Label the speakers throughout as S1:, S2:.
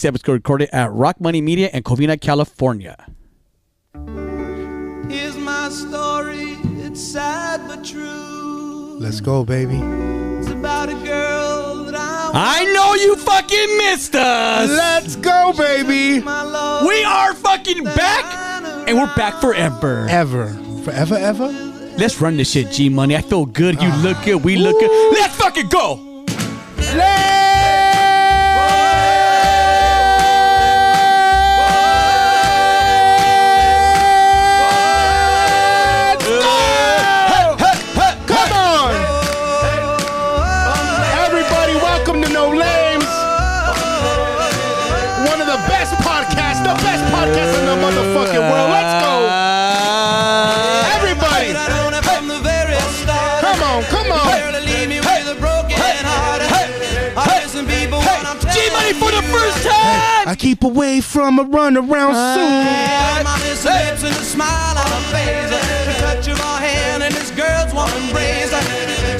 S1: This episode recorded at Rock Money Media in Covina, California.
S2: Here's my story, it's sad but true.
S3: Let's go, baby.
S2: It's about a girl that I
S1: I know you fucking missed us.
S3: Let's go, baby.
S2: my love.
S1: We are fucking back, and we're back forever.
S3: Ever. Forever, ever?
S1: Let's run this shit, G Money. I feel good. You look good. We look good. Let's fucking go.
S3: Come on! Everybody, welcome to No Lames. One of the best podcasts, the best podcast in the motherfucking world. Let's go. Everybody,
S2: I don't have from the very start.
S3: come on, come on.
S2: Barely leave me with a broken heart. I listen people when I'm telling
S1: G Money for the
S2: you.
S1: first time.
S3: I keep away from a runaround soon.
S2: Yeah, my missing lips and a smile on her face. The touch of her hand and this girl's warm embrace.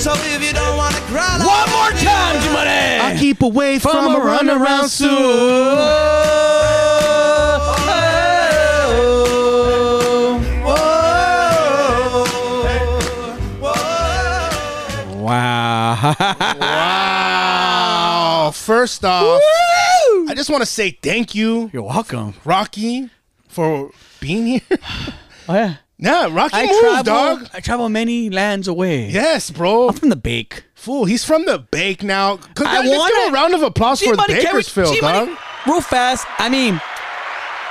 S2: So if you don't wanna cry, like
S1: One more
S2: I do,
S1: time, G
S3: I
S1: Money.
S3: keep away from, a runaround soon.
S2: Oh, oh,
S1: Wow.
S3: Oh, first off, I just want to say thank you,
S1: You're welcome.
S3: Rocky, for being here.
S1: Oh, yeah.
S3: nah, Rocky
S1: I
S3: moved,
S1: travel.
S3: dog.
S1: I travel many lands away.
S3: Yes, bro.
S1: I'm from the Bake.
S3: Fool, he's from the bake now. Could
S1: I
S3: I let's
S1: wanna-
S3: give a round of applause for
S1: G-Money carry-
S3: Bakersfield,
S1: G-Money-
S3: dog.
S1: Real fast. I mean,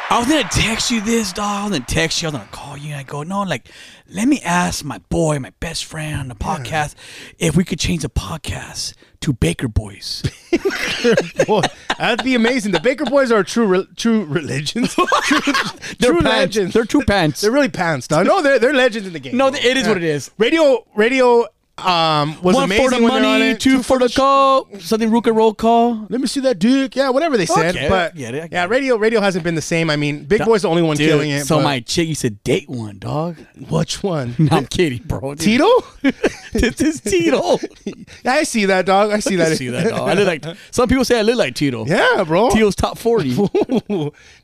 S1: I was gonna text you this, dog. I was gonna text you. I was gonna call you. And I go, no, like, let me ask my boy, my best friend on the podcast, if we could change the podcast to Baker Boys.
S3: Boy, that'd be amazing. The Baker Boys are true, re- true religions. true true legends.
S1: They're true pants.
S3: They're really pants, dog. No, they're they're legends in the game.
S1: no,
S3: bro.
S1: it is what it is.
S3: radio, radio, um, was
S1: One
S3: amazing
S1: for the
S3: when they're on
S1: money,
S3: it.
S1: two for the call, something rook and roll call.
S3: Let me see that Duke. Yeah, whatever they said.
S1: Okay,
S3: but
S1: yeah,
S3: yeah,
S1: they- I get it.
S3: radio radio hasn't been the same. I mean, Big Boy's the only one
S1: Dude,
S3: killing it.
S1: So
S3: but-
S1: my chick used to date one, dog.
S3: which one?
S1: No, I'm kidding, bro. Dude,
S3: Tito?
S1: this is Tito.
S3: I see that dog. I see
S1: You
S3: that.
S1: see that? Dog. I look like some people say I look like Tito.
S3: yeah, bro.
S1: Tito's top forty.
S3: no,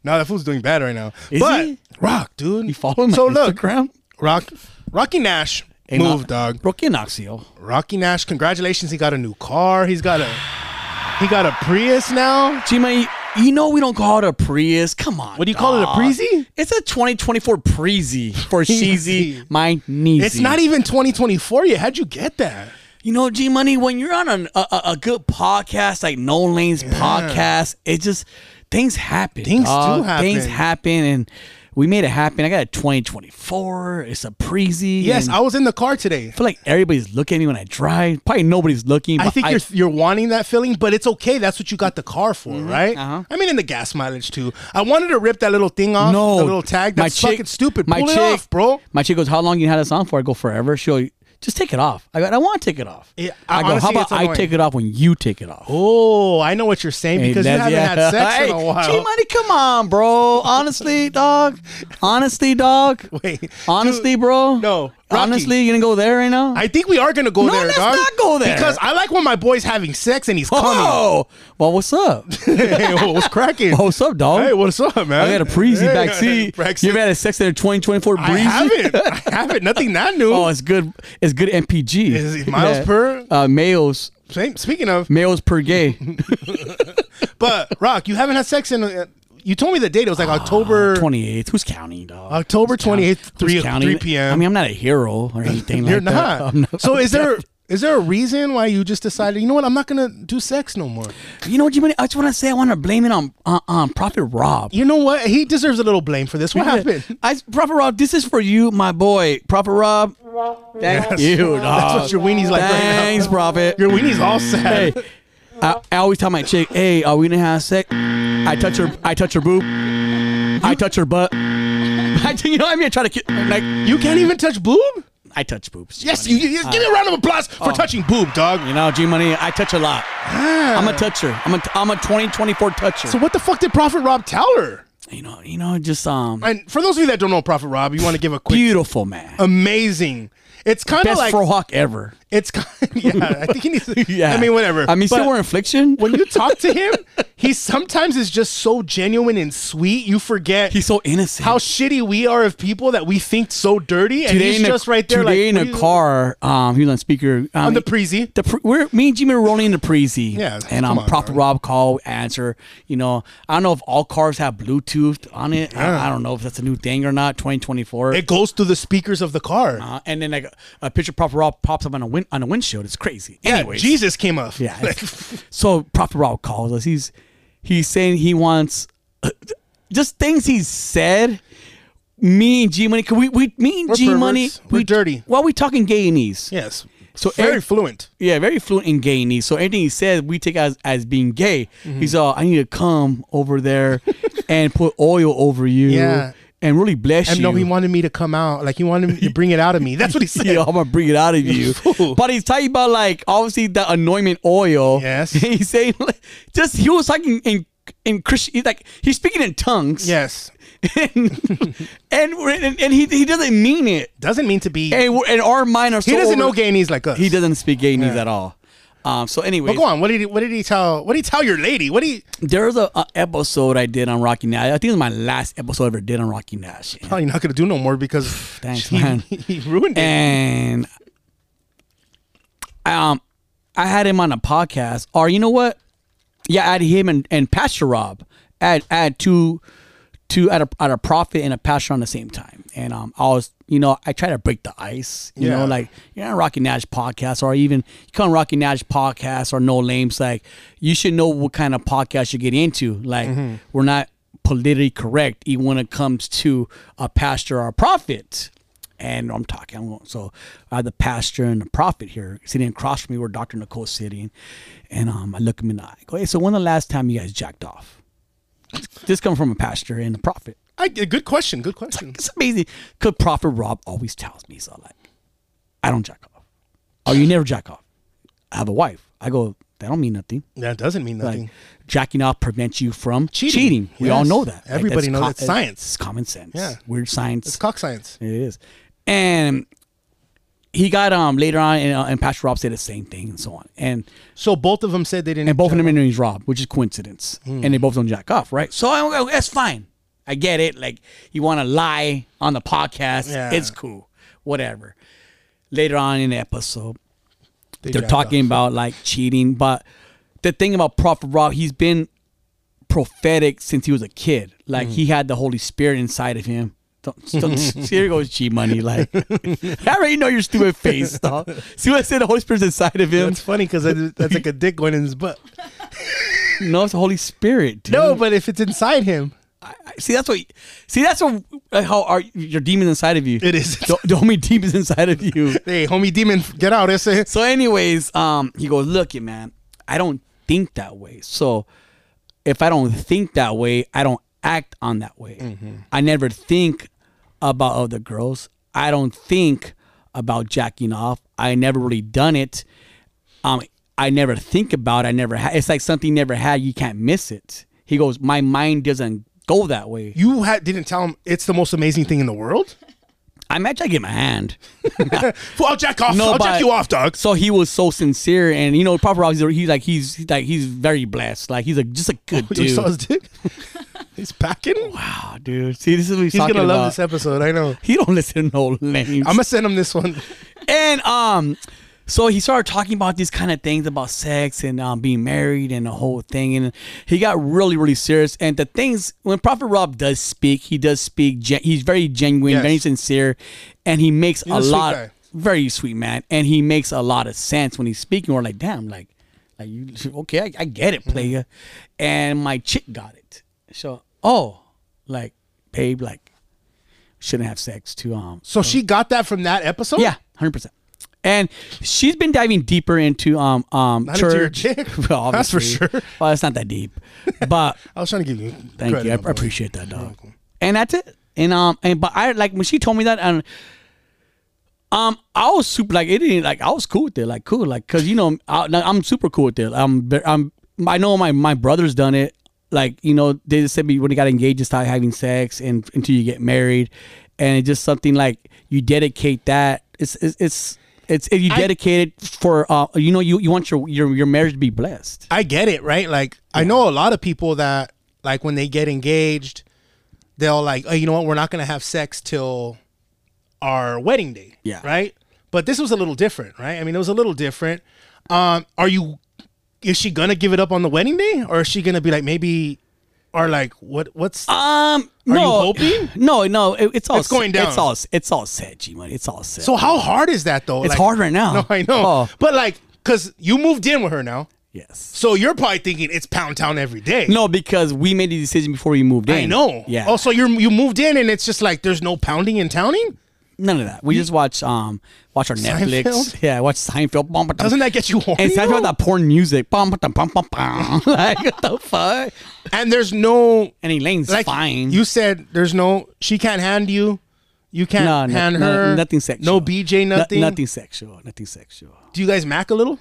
S3: that fool's doing bad right now.
S1: Is
S3: but
S1: he?
S3: Rock, dude.
S1: You follow him
S3: So
S1: on
S3: look,
S1: Instagram?
S3: Rock, Rocky Nash moved, dog.
S1: Rocky Knoxio.
S3: Rocky Nash, congratulations. He got a new car. He's got a he got a Prius now.
S1: G-Money, you know we don't call it a Prius. Come on.
S3: What do you call it, a
S1: dog.
S3: Preezy?
S1: It's a 2024 Preezy for Sheezy, my niece.
S3: It's not e- even 2024 yet. How'd you get that?
S1: You know, G Money, when you're on an- a, a, a good podcast like No Lanes podcast, it just things happen.
S3: Things do
S1: dog. Things
S3: happen.
S1: happen, and we made it happen. I got a 2024. It's a Preezy.
S3: Yes,
S1: and
S3: I was in the car today.
S1: I feel like everybody's looking at me when I drive. Probably nobody's looking.
S3: I
S1: but
S3: think you're you're wanting that feeling, but it's okay. That's what you got the car for, right?
S1: uh-huh.
S3: I mean, in the gas mileage too. I wanted to rip that little thing off,
S1: no
S3: the little tag.
S1: my
S3: That's
S1: chick-
S3: fucking stupid. Pull it off, bro.
S1: My chick goes, "How long you had this on for?" I go, "Forever." She will just take it off. I go, "I want to take it off."
S3: Yeah,
S1: I,
S3: I-
S1: go,
S3: honestly,
S1: "How
S3: it's
S1: about I
S3: annoying.
S1: take it off when you take it off?"
S3: Oh, I know what you're saying
S1: Hey,
S3: because you
S1: that's-
S3: haven't
S1: yeah.
S3: had sex in
S1: Hey,
S3: a while.
S1: G-Money, come on, bro. Honestly, dog. Honestly, dog.
S3: Wait, dude,
S1: Honestly, bro.
S3: no, Rocky.
S1: Honestly, you gonna go there right now?
S3: I think we are gonna go
S1: No,
S3: there,
S1: let's
S3: dog.
S1: not go there.
S3: because I like when my boy's having sex and he's coming.
S1: oh, well, what's up?
S3: hey, what's cracking?
S1: Well, what's up, dog?
S3: Hey, what's up, man?
S1: I got a Preezy
S3: Hey,
S1: backseat.
S3: backseat.
S1: You've had a sex in a 2024 Breezy.
S3: I haven't. I haven't. Nothing that new.
S1: Oh, it's good. It's good MPG.
S3: Is it miles per?
S1: Uh, males,
S3: Same- Speaking of,
S1: males per gay.
S3: but Rock, you haven't had sex in. A, you told me the date. It was like October.
S1: 28th. Who's counting, dog?
S3: October
S1: Who's Ah, counting?
S3: 28th,
S1: Who's
S3: 3
S1: counting?
S3: 3 p.m.
S1: I mean, I'm not a hero or anything
S3: You're
S1: like that.
S3: not.
S1: I'm
S3: So is there is there a reason why you just decided? You know what? I'm not gonna do sex no more.
S1: You know what, Jimmy? I just want to say I want to blame it on on, on Prophet Rob.
S3: You know what? He deserves a little blame for this. What happened?
S1: I, Prophet Rob, this is for you, my boy. Prophet Rob, thank you, dog.
S3: That's what your weenie's like right now.
S1: Thanks, Prophet.
S3: Your weenie's all sad.
S1: hey, I, I always tell my chick, hey, are we gonna have sex? I touch her, I touch her boob, I touch her butt. I, you know what I mean? I try to ki- like,
S3: You can't even touch boob.
S1: I touch boobs.
S3: Yes,
S1: G-Money.
S3: you, you- give me a round of applause
S1: Oh.
S3: for touching boob, dog.
S1: You know, G Money, I touch a lot. I'm a toucher. I'm a, I'm a 2024 toucher.
S3: So what the fuck did Prophet Rob tell her?
S1: you know, you know, just um,
S3: And for those of you that don't know Prophet Rob, you want to give a quick
S1: beautiful man.
S3: amazing. It's kind of
S1: Best
S3: like
S1: fro hawk ever.
S3: it's kind. Yeah, I think he needs. To, yeah, I mean whatever.
S1: I mean, still
S3: But-
S1: wearing affliction.
S3: when you talk to him, he sometimes is just so genuine and sweet. You forget
S1: He's so innocent.
S3: how shitty we are of people that we think so dirty, and he's just
S1: a,
S3: right there.
S1: Today
S3: like,
S1: in
S3: what
S1: a
S3: are you-
S1: car, um, he was on speaker. Um,
S3: on the Prezi.
S1: the pre- we're me and Jimmy were rolling in the Prezi.
S3: Yeah,
S1: and
S3: come
S1: um,
S3: on,
S1: Prophet
S3: bro.
S1: Rob call answer. You know, I don't know if all cars have Bluetooth on it. I, I don't know if that's a new thing or not. Twenty twenty four.
S3: It goes through the speakers of the car.
S1: Uh, and then like a, a picture of Prophet Rob pops up on a win- on a windshield. It's crazy.
S3: yeah,
S1: Anyways,
S3: Jesus came up.
S1: Yeah. it's- so Prophet Rob calls us. He's he's saying he wants uh, just things he's said. Me and G Money, we, we me and
S3: We're
S1: G Money,
S3: perverts. We're dirty.
S1: While we talking Guyanese,
S3: yes.
S1: So
S3: very
S1: Eric-
S3: fluent.
S1: yeah, very fluent in Guyanese. So anything he says, we take as as being gay.
S3: Mm-hmm.
S1: He's all, I need to come over there and put oil over you,
S3: Yeah.
S1: and really bless
S3: And
S1: you.
S3: no, he wanted me to come out. Like he wanted me to bring it out of me. That's what he said.
S1: Yeah, I'm gonna bring it out of you.
S3: Fool.
S1: but he's talking about like obviously the anointment oil.
S3: Yes.
S1: he's saying like, just he was talking in in Christian like he's speaking in tongues.
S3: Yes.
S1: and and, we're- and, and he he doesn't mean it.
S3: Doesn't mean to be.
S1: And, we're- and our mind are
S3: he
S1: so
S3: doesn't know
S1: over-
S3: Gainey's like us.
S1: He doesn't speak gay news
S3: Yeah.
S1: at all. Um. So anyway,
S3: But go on. What did he? What did he tell? What did he tell your lady? What did he?
S1: there's a, a episode I did on Rocky Nash. I think it was my last episode I ever did on Rocky Nash.
S3: Probably not gonna do no more because
S1: Thanks,
S3: he,
S1: man.
S3: he ruined it.
S1: and um, I had him on a podcast, or you know what? Yeah, I had him and, and Pastor Rob. I had, I had two, two at a at a prophet and a pastor on the same time, and um, I was you know I try to break the ice, you
S3: Yeah.
S1: know, like you're on Rocky Nash podcast, or even you come on Rocky Nash podcast or No Lames, like you should know what kind of podcast you get into. Like we're not politically correct even when it comes to a pastor or a prophet and I'm talking. I'm going, so I have the pastor and the prophet here sitting across from me where Dr. Nicole's sitting. And um, I look him in the eye. I go, hey, so when the last time you guys jacked off? This comes from a pastor and a prophet.
S3: I, uh, good question. Good question.
S1: It's amazing. Because Prophet Rob always tells me, so like, I don't jack off. Oh, you never jack off. I have a wife. I go, that don't mean nothing.
S3: That doesn't mean
S1: Like,
S3: nothing.
S1: jacking off prevents you from
S3: Cheating.
S1: cheating. We all
S3: Yes.
S1: know that. Like,
S3: Everybody knows that's science.
S1: It's common sense.
S3: Yeah.
S1: Weird science.
S3: it's cock science.
S1: It is. And he got um later on, and, uh, and Pastor Rob said the same thing, and so on. And
S3: So both of them said they didn't.
S1: and both of them interviews Rob, which is coincidence,
S3: Hmm.
S1: and they both don't jack off, right? So I, I- that's fine. I get it. Like you want to lie on the podcast,
S3: Yeah.
S1: it's cool, whatever. Later on in the episode,
S3: They
S1: they're
S3: jacked
S1: talking
S3: off.
S1: about like cheating, but the thing about Prophet Rob, he's been prophetic since he was a kid. Like he
S3: Hmm.
S1: had the Holy Spirit inside of him. Don't, don't, here goes G Money. Like I already know your stupid face. Dog. See what I said? The Holy Spirit's inside of him.
S3: That's funny because that's like a dick going in his butt.
S1: No, it's the Holy Spirit. Dude.
S3: No, but if it's inside him,
S1: See that's what. See that's what. like, How are your demons inside of you?
S3: It is.
S1: The, the only demons inside of you.
S3: hey, homie, demon, get out! That's it.
S1: So, anyways, um, he goes, "Look, it, man, I don't think that way. So, if I don't think that way, I don't act on that way.
S3: Mm-hmm.
S1: I never think about other girls. I don't think about jacking off. I never really done it. Um, I never think about. It. I never. Ha- it's like something you never had. You can't miss it. He goes, my mind doesn't go that way.
S3: You ha- didn't tell him it's the most amazing thing in the world.
S1: I'm actually getting my hand.
S3: Well, I'll jack off. I'll
S1: but-
S3: jack you off, dog.
S1: So he was so sincere, and you know, Papa Rob, he's, he's like he's he's like he's very blessed. Like he's a just a good
S3: You
S1: dude.
S3: saw his dick. He's packing.
S1: wow, dude. See, this is what he's,
S3: He's
S1: talking
S3: gonna love
S1: about.
S3: this episode. I know.
S1: He don't listen to no names.
S3: I'm gonna send him this one.
S1: and um, so he started talking about these kind of things about sex and um, being married and the whole thing, and he got really really serious. And the things when Prophet Rob does speak, he does speak. Gen- he's very genuine,
S3: Yes.
S1: very sincere, and he makes
S3: a
S1: a
S3: sweet
S1: lot.
S3: guy.
S1: Very sweet man, and he makes a lot of sense when he's speaking. We're like, damn, like, like you okay? I, I get
S3: Mm-hmm.
S1: it, player. And my chick got it. So, oh, like, babe, like, shouldn't have sex too. Um,
S3: So she got that from that episode.
S1: yeah, hundred percent. And she's been diving deeper into um um
S3: Not into your
S1: church.
S3: dick.
S1: Well,
S3: That's for
S1: obviously.
S3: sure.
S1: Well, it's not that deep, but
S3: I was trying to give you.
S1: thank
S3: credit,
S1: you. I,
S3: my boy.
S1: I appreciate that, dog. And that's it. And um and but I like when she told me that and um I was super like it didn't like I was cool with it like cool like because you know I, like, I'm super cool with it. I'm ve- I'm I know my my brother's done it. Like you know they just said me when they got engaged, start having sex and until you get married, and it's just something like you dedicate that It's it's it's, it's if you dedicate it for uh, you know you, you want your, your your marriage to be blessed.
S3: I get it, right? Like I know a lot of people that like when they get engaged, they'll like, oh, you know what? We're not gonna have sex till our wedding day.
S1: Yeah.
S3: Right. But this was a little different, right? I mean, it was a little different. Um, are you? Is she gonna give it up on the wedding day, or is she gonna be like maybe, or like what? What's
S1: Um,
S3: Are
S1: no,
S3: you hoping?
S1: No, no, it- it's all
S3: It's going
S1: set-
S3: down.
S1: It's all it's all set, G money. It's all set.
S3: so? How hard is that though?
S1: It's hard right now.
S3: No, I know.
S1: Oh.
S3: But like, cause you moved in with her now,
S1: yes.
S3: so you're probably thinking it's pound town every day.
S1: No, because we made the decision before we moved in.
S3: I know.
S1: Yeah.
S3: Oh, so you you moved in and it's just like there's no pounding and towning.
S1: None of that. We just watch um watch our
S3: Seinfeld?
S1: Netflix. Yeah, watch Seinfeld. Bum, ba, dum.
S3: Doesn't that get you horny?
S1: and Seinfeld
S3: though?
S1: that porn music. Bum, ba, dum, bum, bum, bum. like what the fuck?
S3: and there's no
S1: And Elaine's
S3: like
S1: fine.
S3: you said. There's no. She can't hand you. You can't
S1: no, no,
S3: hand
S1: no,
S3: her.
S1: nothing sexual.
S3: No BJ.
S1: No-
S3: Nothing.
S1: nothing sexual. Nothing sexual.
S3: Do you guys mac a little?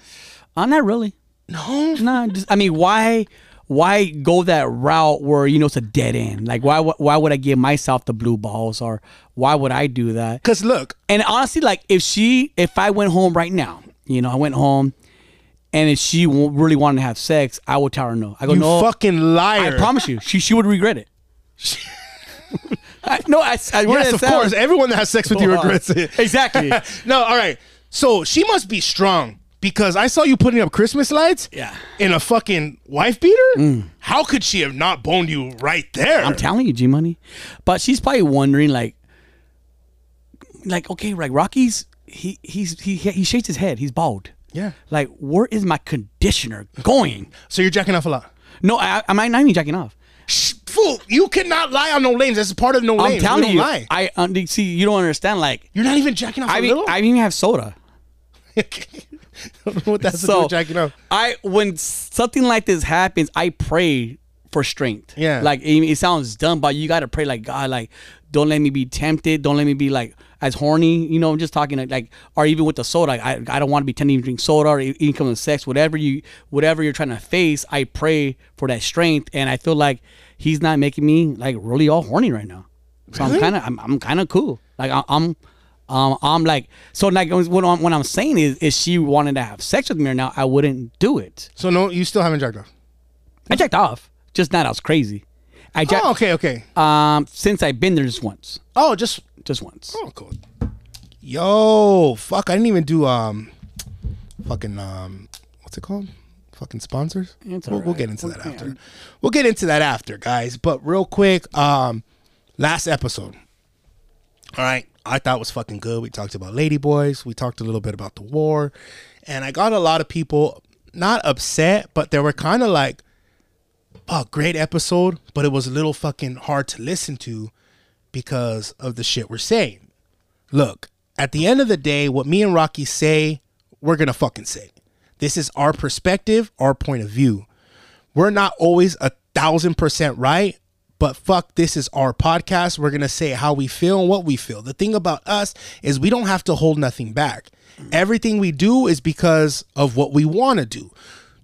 S1: Uh, not really.
S3: No.
S1: No, just I mean, why, why go that route where you know it's a dead end? Like, why, wou- why would I give myself the blue balls, or why would I do that?
S3: Cause look,
S1: And honestly, like, if she, if I went home right now, you know, I went home, and if she w- really wanted to have sex, I would tell her no. I go
S3: you
S1: no.
S3: fucking
S1: I
S3: liar.
S1: promise you, she she would regret it. I, no, I, I
S3: Yes, of course. Everyone that has sex with you regrets it.
S1: Exactly.
S3: no, all right. So she must be strong because I saw you putting up Christmas lights.
S1: Yeah.
S3: In a fucking wife beater. How could she have not boned you right there?
S1: Mm. I'm telling you, G Money. But she's probably wondering, like, like okay, like Rocky's he he's he he shakes his head. He's bald.
S3: Yeah.
S1: Like, where is my conditioner going?
S3: so you're jacking off a lot.
S1: No, I, I might not even jacking off.
S3: Shh, fool, you cannot lie on no lanes. That's part of no
S1: I'm
S3: lanes. You
S1: telling
S3: don't
S1: you,
S3: lie.
S1: I um, see. You don't understand. Like,
S3: You're not even jacking off
S1: I
S3: a
S1: mean,
S3: little.
S1: I didn't even have soda.
S3: don't know what that's
S1: So
S3: about jacking off.
S1: I when something like this happens, I pray for strength.
S3: Yeah.
S1: Like it, it sounds dumb, but you gotta pray like God, like don't let me be tempted, don't let me be like as horny. You know, I'm just talking like, like or even with the soda, I I don't want to be tempted to drink soda or e, even come to sex, whatever you whatever you're trying to face. I pray for that strength, and I feel like He's not making me like really all horny right now. So I'm kind of I'm, I'm kind of cool. Like I, I'm. Um, I'm like so like what I'm, what I'm saying is if she wanted to have sex with me right now I wouldn't do it.
S3: So no, you still haven't jacked off.
S1: I checked off, just not I was crazy. I jacked
S3: Oh, okay, okay.
S1: um since I've been there just once,
S3: Oh, just
S1: just once.
S3: oh, cool. Yo, fuck, I didn't even do um, fucking um, what's it called? Fucking sponsors.
S1: It's
S3: we'll,
S1: all
S3: we'll
S1: right.
S3: get into that
S1: Yeah.
S3: after. We'll get into that after, guys. But real quick, um, last episode. All right, I thought was fucking good. We talked about Lady Boys. We talked a little bit about the war, and I got a lot of people not upset, but they were kind of like, "Oh, great episode," but it was a little fucking hard to listen to because of the shit we're saying. Look, at the end of the day, what me and Rocky say, we're gonna fucking say. This is our perspective, our point of view. We're not always a thousand percent right, but fuck, this is our podcast. We're gonna say how we feel and what we feel. The thing about us is we don't have to hold nothing back. Everything we do is because of what we wanna do.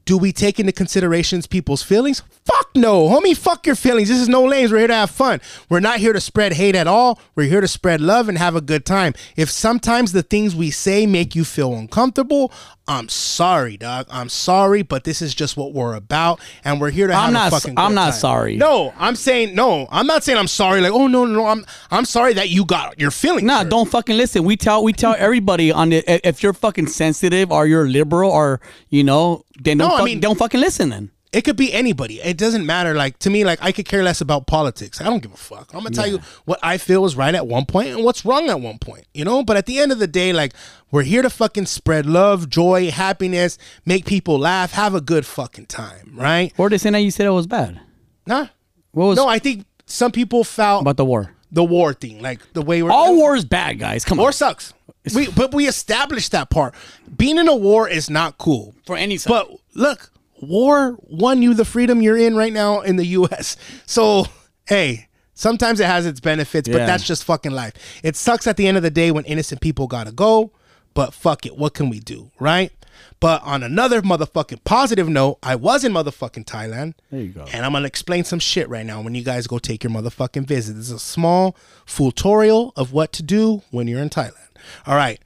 S3: Do we take into considerations people's feelings? Fuck no, homie. Fuck your feelings. This is no lanes. We're here to have fun. We're not here to spread hate at all. We're here to spread love and have a good time. If sometimes the things we say make you feel uncomfortable, I'm sorry, dog. I'm sorry, but this is just what we're about, and we're here to have
S1: I'm
S3: a
S1: not
S3: fucking.
S1: I'm
S3: good
S1: not
S3: time.
S1: sorry.
S3: No, I'm saying no. I'm not saying I'm sorry. Like, oh no, no, no. I'm I'm sorry that you got your feelings.
S1: Nah,
S3: hurt.
S1: don't fucking listen. We tell we tell everybody on the i- if you're fucking sensitive or you're liberal or you know, then don't
S3: No, I
S1: fuck-
S3: mean-
S1: don't fucking listen then.
S3: it could be anybody. It doesn't matter. Like to me, like I could care less about politics. I don't give a fuck. I'm gonna tell you what I feel was right at one point and what's wrong at one point. You know. But at the end of the day, like we're here to fucking spread love, joy, happiness, make people laugh, have a good fucking time, right?
S1: Or they saying that you said it was bad.
S3: Nah.
S1: What was
S3: No, I think some people felt
S1: about the war?
S3: the war thing, like the way we're
S1: All war is bad, guys. Come
S3: War
S1: on.
S3: sucks. We but we established that part. Being in a war is not cool.
S1: For any side.
S3: But look, war won you the freedom you're in right now in the US. So, hey, sometimes it has its benefits, but
S1: Yeah.
S3: that's just fucking life. It sucks at the end of the day when innocent people gotta go, but fuck it. What can we do? Right? But on another motherfucking positive note, I was in motherfucking Thailand. There
S1: you go.
S3: and I'm gonna explain some shit right now when you guys go take your motherfucking visit. This is a small tutorial of what to do when you're in Thailand. All right.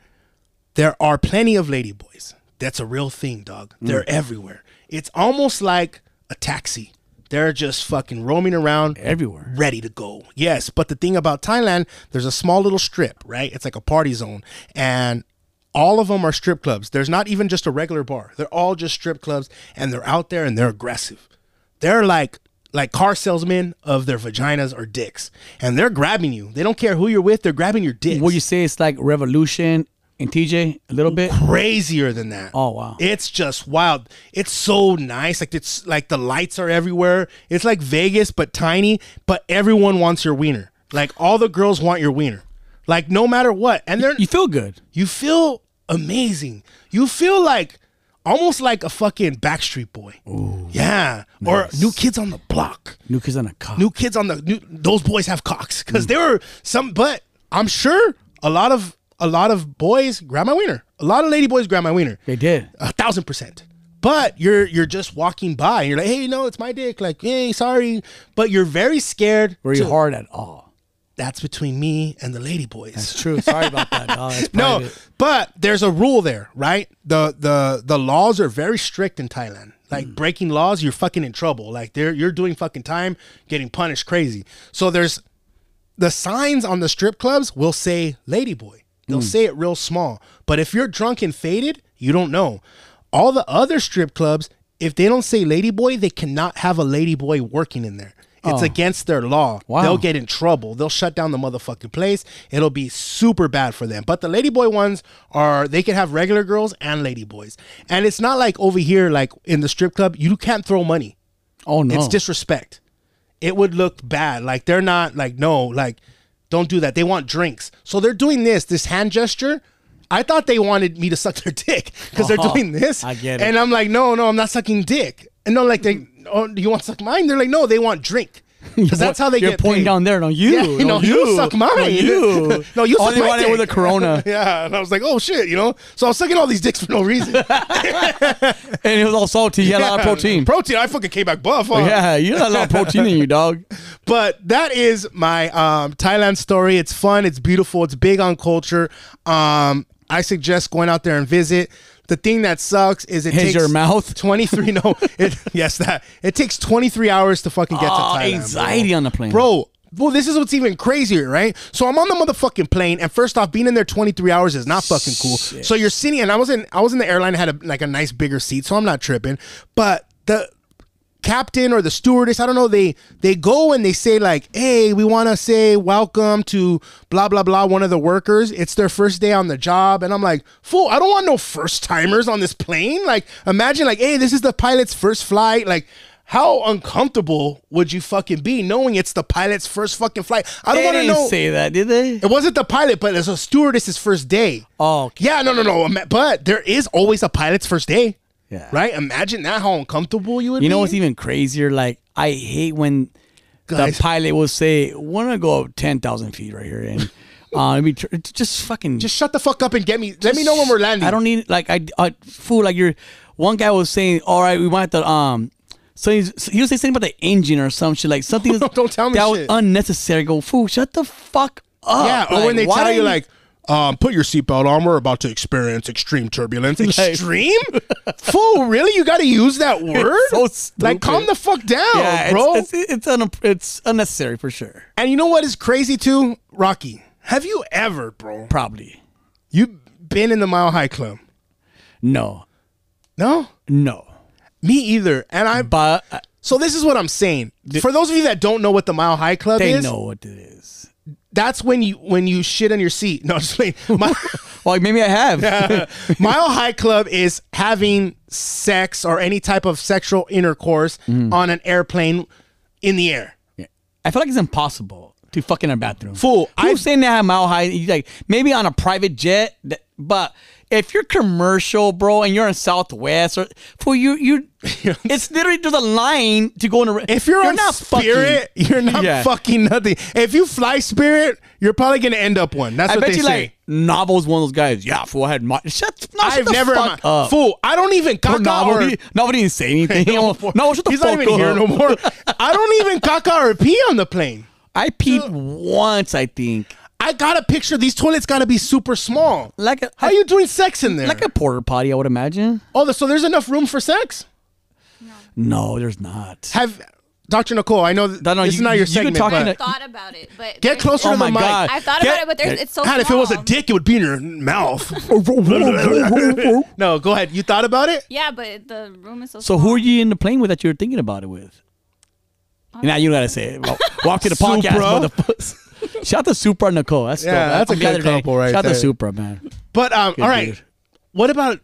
S3: There are plenty of ladyboys. That's a real thing, dog. They're everywhere. It's almost like a taxi. They're just fucking roaming around
S1: Everywhere.
S3: ready to go. Yes, but the thing about Thailand, there's a small little strip, right? It's like a party zone, and all of them are strip clubs. There's not even just a regular bar. They're all just strip clubs, and they're out there and they're aggressive. They're like like car salesmen of their vaginas or dicks, and they're grabbing you. They don't care who you're with. They're grabbing your dicks.
S1: Would you say it's like Revolution and TJ a little bit?
S3: crazier than that.
S1: Oh, wow.
S3: It's just wild. It's so nice. Like it's like the lights are everywhere. It's like Vegas but tiny, but everyone wants your wiener. Like all the girls want your wiener. Like no matter what. And they're
S1: You feel good.
S3: you feel amazing. You feel like almost like a fucking Backstreet Boy. yeah. Or New Kids on the Block
S1: New kids on a cop.
S3: new kids on the new, those boys have cocks because
S1: Mm.
S3: they were some but i'm sure a lot of a lot of boys grab my wiener a lot of lady boys grab my wiener
S1: they did.
S3: a thousand percent but you're you're just walking by and you're like hey no it's my dick like hey sorry but you're very scared
S1: Were you
S3: to-
S1: hard at all?
S3: that's between me and the lady boys
S1: It's true. Sorry about that. dawg. That's
S3: no,
S1: private.
S3: but there's a rule there, right? The the the laws are very strict in Thailand. Like
S1: Hmm.
S3: breaking laws, you're fucking in trouble. Like they're you're doing fucking time, getting punished crazy. So there's the signs on the strip clubs will say ladyboy. They'll say it real small. But if you're drunk and faded, you don't know. All the other strip clubs, if they don't say ladyboy, they cannot have a ladyboy working in there. It's against their law.
S1: Wow.
S3: They'll get in trouble. They'll shut down the motherfucking place. It'll be super bad for them. But the ladyboy ones are they can have regular girls and ladyboys. And it's not like over here, like in the strip club, you can't throw money.
S1: Oh no.
S3: It's disrespect. It would look bad. Like they're not like no, like don't do that. They want drinks. So they're doing this, this hand gesture. I thought they wanted me to suck their dick because they're
S1: Oh,
S3: doing this.
S1: I get it.
S3: And I'm like, no, no, I'm not sucking dick. And no, like they, oh, do you want to suck mine? They're like, no, they want drink. Because that's how they
S1: You're
S3: get
S1: pointing
S3: paid.
S1: down there. No, you.
S3: Yeah,
S1: no,
S3: no, you suck mine.
S1: No, you.
S3: No, you
S1: Only
S3: suck my
S1: one
S3: dick.
S1: with a Corona,
S3: Yeah, and I was like, oh shit, you know. So I was sucking all these dicks for no reason.
S1: and it was all salty. You had a lot of protein.
S3: Protein. I fucking came back buff. huh?
S1: yeah, you had a lot of protein in you, dog.
S3: but that is my um, Thailand story. It's fun. It's beautiful. It's big on culture. Um, I suggest going out there and visit. The thing that sucks is it
S1: Is
S3: takes
S1: your mouth?
S3: 23 no it, yes that it takes 23 hours to fucking get to
S1: Oh,
S3: Thailand. bro.
S1: anxiety on the plane.
S3: Bro, well, this is what's even crazier, right? So I'm on the motherfucking plane, and first off, being in there 23 hours is not fucking cool. So you're sitting, and I was in, I was in the airline, had a, like a nice bigger seat, so I'm not tripping. But the captain or the stewardess, I don't know, they they go and they say like, "Hey, we want to say welcome to blah blah blah one of the workers. It's their first day on the job." And I'm like, "Fool, I don't want no first timers on this plane." Like, imagine like, "Hey, this is the pilot's first flight." Like, how uncomfortable would you fucking be knowing it's the pilot's first fucking flight? I don't
S1: They
S3: want to
S1: didn't
S3: know.
S1: say that, did they?
S3: it wasn't the pilot, but it's a stewardess's first day.
S1: Oh, okay.
S3: Yeah, no, no, no. Ima- But there is always a pilot's first day.
S1: Yeah.
S3: Right? Imagine that how uncomfortable you would be.
S1: You know what's even crazier? Like I hate when
S3: Guys.
S1: the pilot will say, "Want to go ten thousand feet right here," and uh, I mean, tr- it's just fucking.
S3: Just shut the fuck up and get me. Let me know when we're landing.
S1: I don't need like I, I fool like you're. One guy was saying, "All right, we want the um." So he's, he was saying something about the engine or some shit like something. was-
S3: Don't tell me
S1: that
S3: shit.
S1: was unnecessary. Go fool, shut the fuck up.
S3: Yeah, or
S1: Like,
S3: when they
S1: why
S3: tell
S1: do
S3: you like, um, put your seatbelt on. We're about to experience extreme turbulence. Extreme? Fool, really? You got to use that word?
S1: so
S3: like, calm
S1: stupid.
S3: the fuck down,
S1: yeah, it's-
S3: bro.
S1: it's it's, un, it's unnecessary for sure.
S3: and you know what is crazy too, Rocky? Have you ever, bro?
S1: Probably
S3: You been in the Mile High Club?
S1: no,
S3: No,
S1: no,
S3: me either. And I.
S1: but uh,
S3: So this is what I'm saying. For those of you that don't know what the Mile High Club
S1: they
S3: is,
S1: know what it is.
S3: that's when you when you shit on your seat. No, just wait. My,
S1: Well, maybe I have.
S3: Mile High Club is having sex or any type of sexual intercourse
S1: Mm.
S3: on an airplane in the air.
S1: I feel like it's impossible to fuck in a bathroom.
S3: Fool,
S1: I'm
S3: I've-
S1: saying that mile high. You like maybe on a private jet, th- but if you're commercial, bro, and you're in Southwest or fool, you you, it's literally there's a line to go in a. re-
S3: If you're, on
S1: not
S3: Spirit,
S1: fucking,
S3: you're not
S1: Yeah.
S3: fucking nothing. If you fly Spirit, you're probably gonna end up one. That's
S1: I
S3: what
S1: bet
S3: they
S1: you
S3: say.
S1: like Novel's one of those guys. Yeah, fool, I had my shut. No, shut
S3: I've
S1: the
S3: never,
S1: fuck
S3: am I-
S1: up.
S3: fool. I don't even
S1: Or
S3: caca
S1: Novel,
S3: or
S1: he- Novel didn't say anything. no, shut the
S3: he's
S1: fuck
S3: not even
S1: up.
S3: here no more. I don't even caca or pee on the plane.
S1: I peed once, I think.
S3: I gotta picture these toilets gotta be super small.
S1: Like a
S3: How are you doing sex in there?
S1: like a porter potty, I would imagine.
S3: oh, so there's enough room for sex?
S1: No, there's not.
S3: Have Dr. Nicole, I know th-
S1: No, no,
S3: this
S1: you-
S3: is not
S1: you
S3: your
S1: can
S3: segment.
S1: talk
S3: but
S1: in a-
S4: thought about it, but
S3: Get
S4: there's-
S3: closer
S1: Oh
S3: to the
S1: my
S3: mic.
S1: God.
S4: I thought
S3: Get-
S4: about it, but there's it's so
S3: God, if it was a
S4: small.
S3: dick, it would be in your mouth. no, go ahead. You thought about it?
S4: Yeah, but the room is so.
S1: so
S4: small.
S1: who are you in the plane with that you're thinking about it with? Now you gotta say it. Well, Walk to the podcast,
S3: Supra.
S1: motherfuckers. Shout to Supra Nicole. That's
S3: Yeah,
S1: dope. I'm
S3: that's a
S1: glad
S3: good
S1: they're-
S3: couple right
S1: Shout
S3: there.
S1: to Supra, man.
S3: But um, all right.
S1: dude.
S3: What about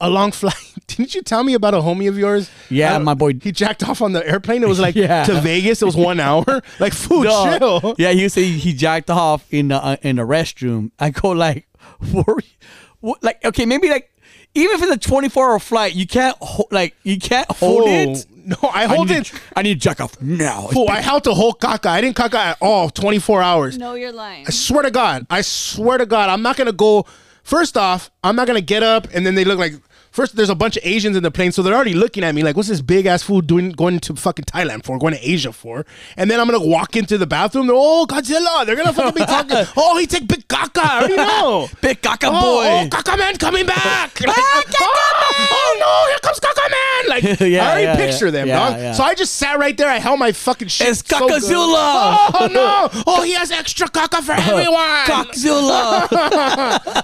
S3: a long flight? Didn't you tell me about a homie of yours?
S1: Yeah,
S3: Uh,
S1: my boy-
S3: He jacked off on the airplane. It was like
S1: Yeah.
S3: to Vegas. It was one hour. Like food,
S1: No.
S3: Oh, chill.
S1: Yeah, he said he jacked off in the uh, in the restroom. I go like, were you- what, like okay, maybe like even for the twenty four hour flight, you can't ho- like you can't hold
S3: Oh,
S1: it.
S3: No, I hold
S1: I need,
S3: it.
S1: I need to jack off now.
S3: Fool, I held the whole caca. I didn't caca at all. Twenty four hours.
S4: No, you're lying.
S3: I swear to God. I swear to God. I'm not gonna go. First off, I'm not gonna get up and then they look like. First, there's a bunch of Asians in the plane, so they're already looking at me like, "What's this big ass fool doing? Going to fucking Thailand for? Going to Asia for?" And then I'm gonna walk into the bathroom. They're, oh, Godzilla! They're gonna fucking be talking. oh, he take big caca. I already know.
S1: Big caca
S3: Oh,
S1: boy.
S3: oh caca man coming back! Like,
S1: Ah,
S3: oh,
S1: Caca
S3: oh, no, here comes caca man! Like
S1: Yeah,
S3: I already
S1: yeah,
S3: picture
S1: yeah.
S3: them,
S1: Yeah,
S3: dog.
S1: yeah.
S3: So I just sat right there. I held my fucking shit.
S1: It's
S3: so good.
S1: Cacazilla.
S3: oh no! Oh, he has extra caca for everyone.
S1: Cockzilla.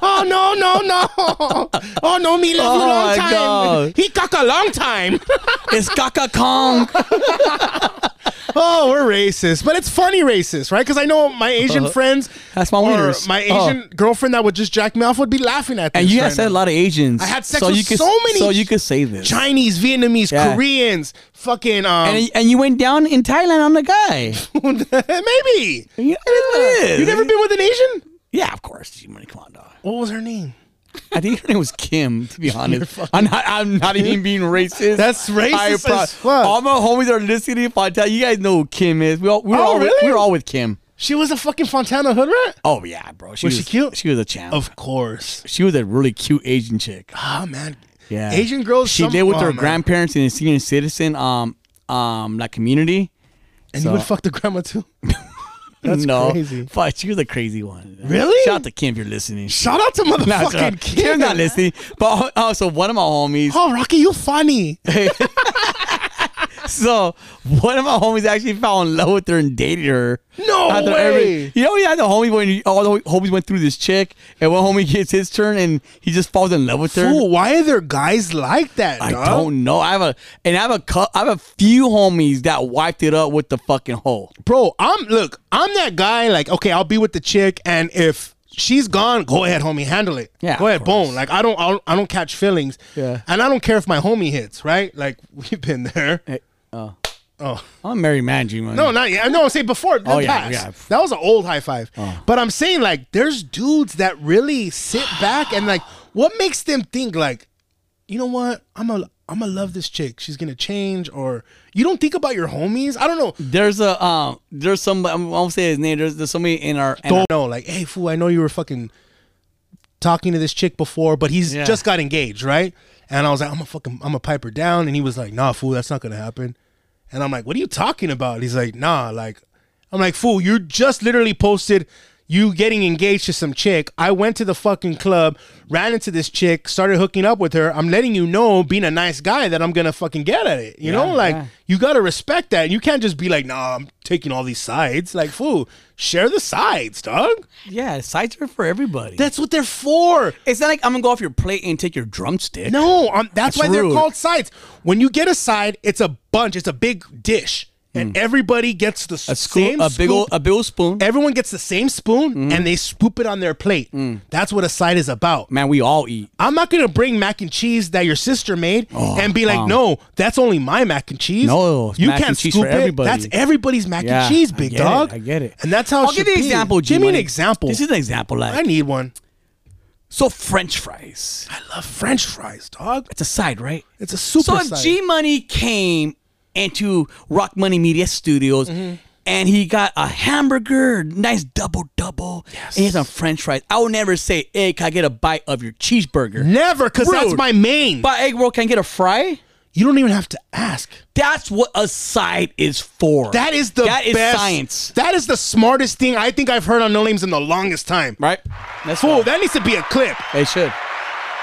S3: Oh no no no! Oh no, me love you
S1: Oh,
S3: long
S1: my
S3: time.
S1: God.
S3: He caca long time.
S1: it's caca Kong.
S3: Oh, we're racist, but it's funny racist, right? Because I know my Asian friends.
S1: Uh-huh. That's my
S3: or
S1: wieners.
S3: My
S1: Oh.
S3: Asian girlfriend that would just jack me off would be laughing at this.
S1: And you
S3: right
S1: guys said a
S3: now.
S1: lot of Asians.
S3: I had sex
S1: so
S3: with
S1: you could,
S3: so many
S1: So you could say this.
S3: Chinese, Vietnamese,
S1: Yeah.
S3: Koreans, fucking um,
S1: And, and you went down in Thailand on the guy.
S3: maybe.
S1: Yeah, it is what it is.
S3: You never been with an Asian?
S1: Yeah, of course. You money, come on, dog.
S3: What was her name?
S1: I think her name was Kim. To be honest, I'm not. I'm not even being racist.
S3: That's racist
S1: I
S3: as fuck.
S1: All my homies are listening. If I tell you guys know who Kim is, we all we're
S3: Oh,
S1: all with-
S3: really?
S1: we're all with Kim.
S3: She was a fucking Fontana hood rat.
S1: Oh yeah, bro. She
S3: Was she cute?
S1: She was a champ.
S3: Of course.
S1: she was a really cute Asian chick.
S3: Ah man.
S1: Yeah,
S3: Asian girls.
S1: She
S3: some-
S1: lived with
S3: oh,
S1: her
S3: man.
S1: grandparents in a senior citizen um um like community.
S3: and you would
S1: so-
S3: fuck the grandma too.
S1: That's no,
S3: crazy.
S1: Fuck, she was a crazy one.
S3: Really?
S1: Shout out to Kim if you're listening.
S3: Shout out to
S1: Nah, shout
S3: motherfucking
S1: out-
S3: kid.
S1: Kim's not listening. But also one of my homies.
S3: Oh, Rocky, you funny.
S1: So one of my homies actually fell in love with her and dated her.
S3: No
S1: After
S3: way.
S1: you know, we had the homie when all the homies went through this chick, and one homie gets his turn, and he just falls in love with her.
S3: Fool, why are there guys like that?
S1: I
S3: dog?
S1: don't know. I have a and I have a cou- I have a few homies that wiped it up with the fucking hole.
S3: bro. I'm look. I'm that guy. Like, okay, I'll be with the chick, and if she's gone, go ahead, homie, handle it.
S1: Yeah,
S3: go
S1: of
S3: ahead,
S1: course.
S3: boom. Like, I don't, I don't, I don't catch feelings.
S1: Yeah.
S3: and I don't care if my homie hits. Right, like we've been there.
S1: Hey, oh.
S3: Oh.
S1: I'm a married man, G man.
S3: No, not yet. No, say before.
S1: Oh,
S3: the
S1: yeah,
S3: past.
S1: yeah. Oh.
S3: That was an old high five. But I'm saying like, there's dudes that really sit back and like, what makes them think like, you know what? I'm a, I'm gonna love this chick. She's gonna change, or you don't think about your homies. I don't know.
S1: There's a um, there's somebody. I won't say his name. There's there's somebody in our. in our-
S3: don't know. Like, hey, fool, I know you were fucking talking to this chick before, but he's
S1: Yeah.
S3: just got engaged, right? And I was like, I'm a fucking, I'm a piper down. And he was like, nah, fool, that's not gonna happen. And I'm like, what are you talking about? He's like, nah, like, I'm like, fool, you just literally posted you getting engaged to some chick. I went to the fucking club, ran into this chick, started hooking up with her. I'm letting you know, being a nice guy, that I'm gonna fucking get at it. You know, like,
S1: yeah.
S3: you gotta respect that. You can't just be like, nah, I'm taking all these sides. Like, fool, share the sides, dog.
S1: yeah, sides are for everybody.
S3: That's what they're for.
S1: it's not like I'm gonna go off your plate and take your drumstick.
S3: No, um, that's,
S1: That's
S3: why they're
S1: rude.
S3: called sides. When you get a side, it's a bunch. It's a big dish, and everybody gets the
S1: Hmm. a scoop,
S3: same
S1: a big
S3: scoop.
S1: old, a big old spoon.
S3: Everyone gets the same spoon,
S1: Mm-hmm.
S3: and they scoop it on their plate.
S1: Mm.
S3: That's what a side is about.
S1: Man, we all eat.
S3: I'm not gonna bring mac and cheese that your sister made and be like,
S1: wow.
S3: no, that's only my mac and cheese.
S1: Oh, No, it's
S3: you
S1: mac
S3: can't
S1: and cheese
S3: scoop
S1: for
S3: it.
S1: everybody.
S3: That's everybody's mac
S1: Yeah,
S3: and cheese,
S1: I
S3: big
S1: get it,
S3: dog.
S1: I get it.
S3: and that's how. it
S1: I'll give
S3: should
S1: you an
S3: be.
S1: example.
S3: Oh, Give me an
S1: G-Money.
S3: example.
S1: This is an example. Like
S3: I need one.
S1: so, French fries.
S3: I love French fries, dog.
S1: It's a side, right?
S3: It's a super
S1: So if
S3: side.
S1: G Money came into Rock Money Media Studios
S3: Mm-hmm.
S1: and he got a hamburger, nice double double, and he has some French fries, I would never say, "Hey, can I get a bite of your cheeseburger?"
S3: Never, because that's
S1: Rude.
S3: my main.
S1: But egg roll, can I get a fry?
S3: You don't even have to ask.
S1: That's what a site is for.
S3: That is the
S1: That is
S3: best
S1: science.
S3: That is the smartest thing I think I've heard on No Names in the longest time.
S1: right? That's
S3: Fool,
S1: what
S3: that needs to be a clip.
S1: they should.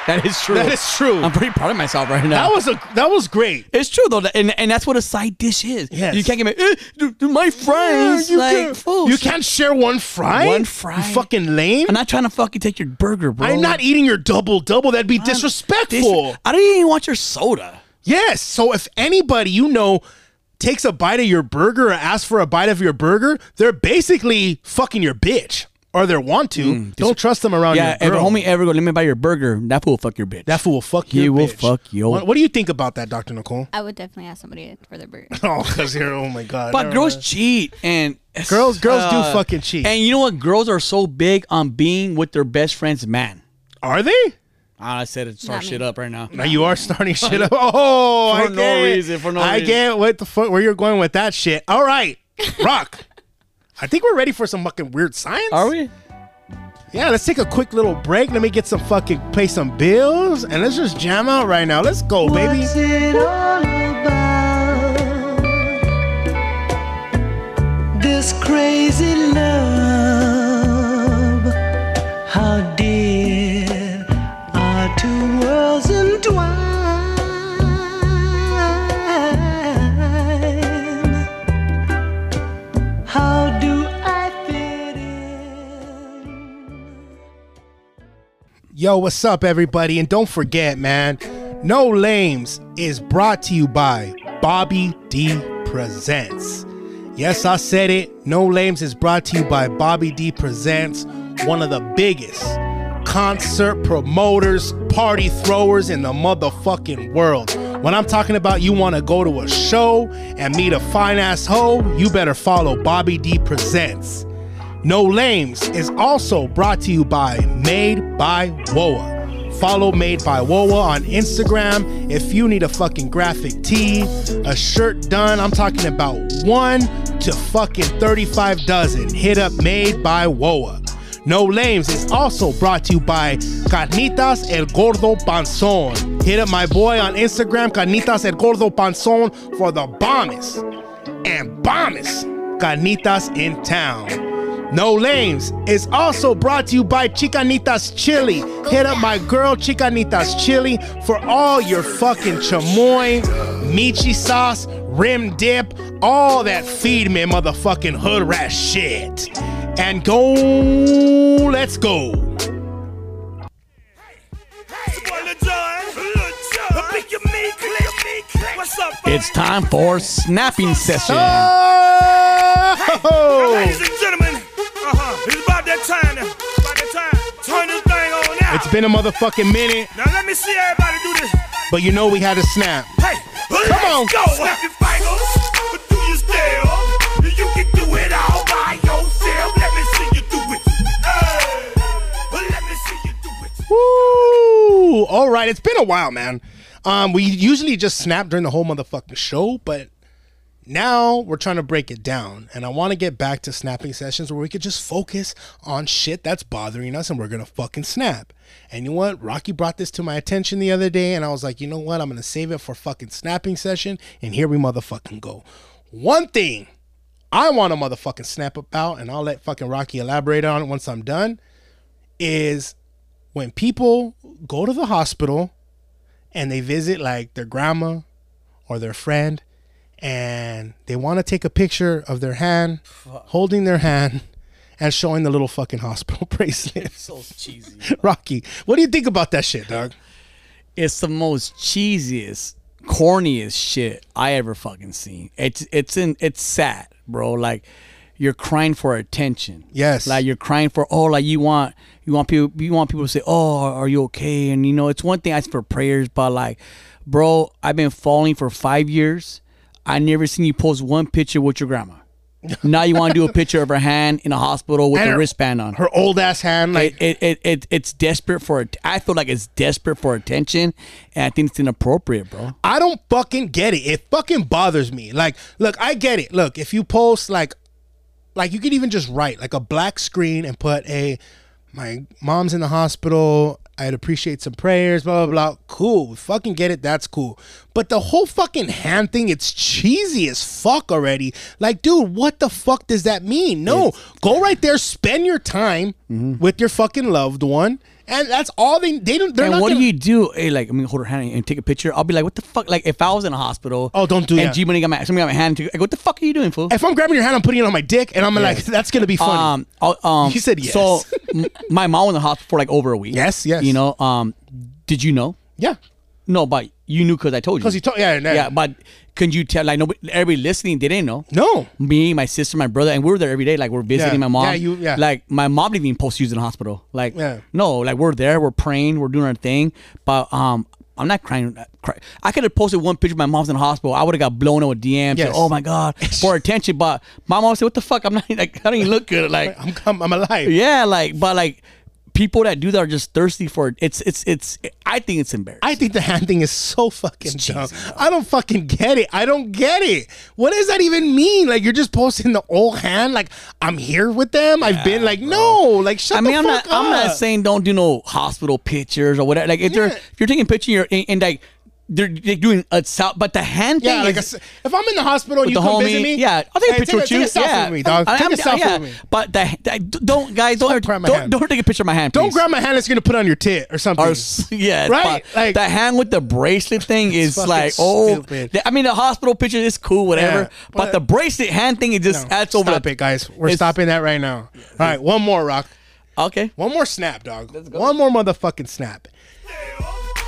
S1: That is true.
S3: That is true.
S1: I'm pretty proud of myself right now.
S3: That was a that was great.
S1: It's true though, that- and and that's what a side dish is.
S3: Yes.
S1: You can't get mad, eh, do- do my friends
S3: you,
S1: like
S3: can't,
S1: fools.
S3: you can't share one fry.
S1: One fry.
S3: You fucking lame.
S1: I'm not trying to fucking take your burger, bro.
S3: I'm not eating your double double. That'd be
S1: I'm
S3: disrespectful.
S1: dis- I don't even want your soda.
S3: yes. So if anybody you know takes a bite of your burger or asks for a bite of your burger, they're basically fucking your bitch, or they want to. Don't trust them around.
S1: Mm, Yeah,
S3: Oh, your
S1: every homie
S3: girl.
S1: ever go, let me buy your burger. That fool will fuck your bitch.
S3: That fool will fuck
S1: He
S3: your
S1: will
S3: bitch.
S1: fuck your-
S3: What, what do you think about that, Doctor Nicole?
S4: I would definitely ask somebody for their burger.
S3: Oh, because you're. Oh my god.
S1: But
S3: never
S1: girls
S3: mind.
S1: cheat and uh,
S3: Girls- girls do fucking cheat.
S1: And you know what? Girls are so big on being with their best friend's man.
S3: are they?
S1: I said it start
S4: Not me.
S1: shit up right now.
S3: Now you are starting shit up. Oh, I
S1: no
S3: get it.
S1: reason, for no
S3: I
S1: reason.
S3: get what the fuck where you're going with that shit. All right, rock. I think we're ready for some fucking weird science.
S1: Are we?
S3: Yeah, let's take a quick little break. Let me get some fucking pay some bills and let's just jam out right now. Let's go, baby.
S2: it all about? This crazy love. How did our two worlds entwine? How do I fit in?
S3: Yo, what's up, everybody? And don't forget, man, No Lames is brought to you by Bobby D Presents. Yes, I said it. No Lames is brought to you by Bobby D Presents, one of the biggest concert promoters, party throwers in the motherfucking world. When I'm talking about you want to go to a show and meet a fine ass hoe, you better follow Bobby D Presents. No Lames is also brought to you by Made by Woa. Follow Made by Woa on Instagram if you need a fucking graphic tee, a shirt done. I'm talking about one to fucking 35 dozen. Hit up Made by Woa. No Lames is also brought to you by Carnitas El Gordo Panzon. Hit up my boy on Instagram, Carnitas El Gordo Panzon, for the bombest and bombas carnitas in town. No Lames is also brought to you by Chicanitas Chili. Hit up my girl Chicanitas Chili for all your fucking chamoy, michi sauce, rim dip, all that feed me motherfucking hood rat shit. And go, let's go.
S5: What's up,
S1: It's time for snapping session.
S3: Oh!
S5: Ladies and gentlemen, uh-huh. It's about that time now. It's about that time. Turn this thing on now.
S3: It's been a motherfucking minute,
S5: now let me see everybody do this.
S3: but you know we had a snap.
S5: Hey, let's
S3: on.
S5: go. Snap your fingers, but do you still? You can do it all by yourself. Let me see you do it. Hey, let me see you do it.
S3: Woo! All right, it's been a while, man. Um, we usually just snap during the whole motherfucking show, but now we're trying to break it down, and I want to get back to snapping sessions where we could just focus on shit that's bothering us, and we're gonna fucking snap. And you know what? Rocky brought this to my attention the other day, and I was like, you know what? I'm gonna save it for fucking snapping session, and here we motherfucking go. One thing I want to motherfucking snap about, and I'll let fucking Rocky elaborate on it once I'm done, is when people go to the hospital and they visit like their grandma or their friend and they want to take a picture of their hand holding their hand and showing the little fucking hospital bracelet.
S1: so cheesy.
S3: Rocky, what do you think about that shit, dog?
S1: It's the most cheesiest, corniest shit I ever fucking seen. It's it's in it's sad, bro. Like you're crying for attention.
S3: Yes.
S1: Like you're crying for oh, like you want you want people you want people to say oh, are, are you okay? And you know it's one thing I ask for prayers, but like, bro, I've been falling for five years. I never seen you post one picture with your grandma. now you want to do a picture of her hand in a hospital with
S3: And
S1: a
S3: her-
S1: wristband on.
S3: Her old ass hand, like
S1: it, it, it, it it's desperate for it. I feel like it's desperate for attention, and I think it's inappropriate, bro.
S3: I don't fucking get it. It fucking bothers me. Like, look, I get it. Look, if you post like, like you could even just write like a black screen and put a, my mom's in the hospital. I'd appreciate some prayers, blah blah blah. Cool, we fucking get it. That's cool. But the whole fucking hand thing, it's cheesy as fuck already. Like, dude, what the fuck does that mean? No, go right there, spend your time
S1: Mm-hmm.
S3: with your fucking loved one, and that's all they they don't. They're
S1: And
S3: not
S1: what
S3: gonna,
S1: do you do? Hey, like, I mean, hold her hand and take a picture. I'll be like, what the fuck? Like, if I was in a hospital,
S3: Oh, don't do
S1: and
S3: that.
S1: G Money got my somebody got my hand. To, I go, what the fuck are you doing, fool?
S3: If I'm grabbing your hand, I'm putting it on my dick, and I'm like, that's gonna be funny.
S1: Um, I'll- um,
S3: You said
S1: So
S3: yes.
S1: m- my mom was in the hospital for like over a week.
S3: Yes, yes.
S1: You know, um, did you know?
S3: yeah,
S1: No, but you knew because I told you.
S3: because you told yeah, yeah,
S1: yeah, but could you tell? Like nobody, everybody listening, they didn't know.
S3: no.
S1: Me, my sister, my brother, and we were there every day. Like we're visiting my
S3: Yeah.
S1: mom.
S3: Yeah, you- yeah.
S1: Like my mom didn't even post using the hospital. Like
S3: Yeah.
S1: no, like we're there, we're praying, we're doing our thing. But um, I'm not crying. Cry. I could have posted one picture of my mom's in the hospital. I would have got blown up with DMs.
S3: Yes.
S1: Said, oh my god, for attention. But my mom said, "What the fuck? I'm not like I don't even look good. Like
S3: I'm, I'm I'm alive.
S1: yeah, like but like people that do that are just thirsty for it. It's it's it's. I think it's embarrassing.
S3: I think the hand thing is so fucking
S1: It's
S3: dumb.
S1: cheesy,
S3: I don't fucking get it. I don't get it. What does that even mean? Like you're just posting the old hand. Like I'm here with them. I've been like no. Like shut
S1: I mean,
S3: the
S1: I'm
S3: fuck
S1: not.
S3: up.
S1: I'm not saying don't do no hospital pictures or whatever. Like if they're
S3: Yeah.
S1: if you're taking picture, you're and, and like they're, they're doing a self, but the hand thing
S3: Yeah, like a
S1: is
S3: s if I'm in the hospital and
S1: with
S3: you
S1: the
S3: come
S1: homie.
S3: visit me,
S1: yeah, I'll take a
S3: hey,
S1: picture with you.
S3: Take a selfie
S1: yeah,
S3: with me, dog.
S1: I-
S3: Take
S1: I'm-
S3: a selfie
S1: yeah,
S3: with me.
S1: But the, the- don't guys don't ever,
S3: grab
S1: don't,
S3: my hand.
S1: don't take a picture of my hand.
S3: Don't
S1: please.
S3: grab my hand. It's gonna put on your tit or something.
S1: Or, s- yeah,
S3: Right,
S1: right.
S3: like-
S1: Like, the hand with the bracelet thing is
S3: fucking
S1: like, oh,
S3: stupid.
S1: the- I mean, the hospital picture is cool, whatever.
S3: Yeah,
S1: but,
S3: but-
S1: the bracelet hand thing, it just
S3: No,
S1: adds over.
S3: Stop
S1: the-
S3: it, guys. We're
S1: it's-
S3: stopping that right now. All right, one more rock.
S1: Okay.
S3: One more snap, dog. One more motherfucking snap.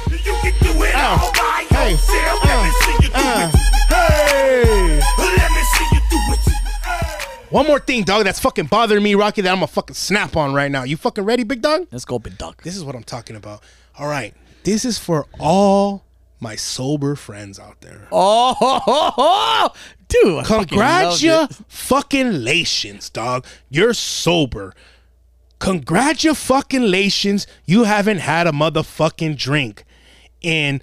S5: You can do it all by
S3: Uh, Hey.
S5: yourself. Let me see you do
S3: Uh,
S5: it.
S3: hey.
S5: Let me see you do it. Hey.
S3: One more thing, dog, that's fucking bothering me, Rocky, that I'm gonna fucking snap on right now. You fucking ready, big dog?
S1: Let's go, big dog.
S3: This is what I'm talking about. All right. This is for all my sober friends out there.
S1: Oh, ho, ho, ho. Oh, dude! I fucking loved it.
S3: Congratulations, dog. You're sober. Congratulations, you haven't had a motherfucking drink in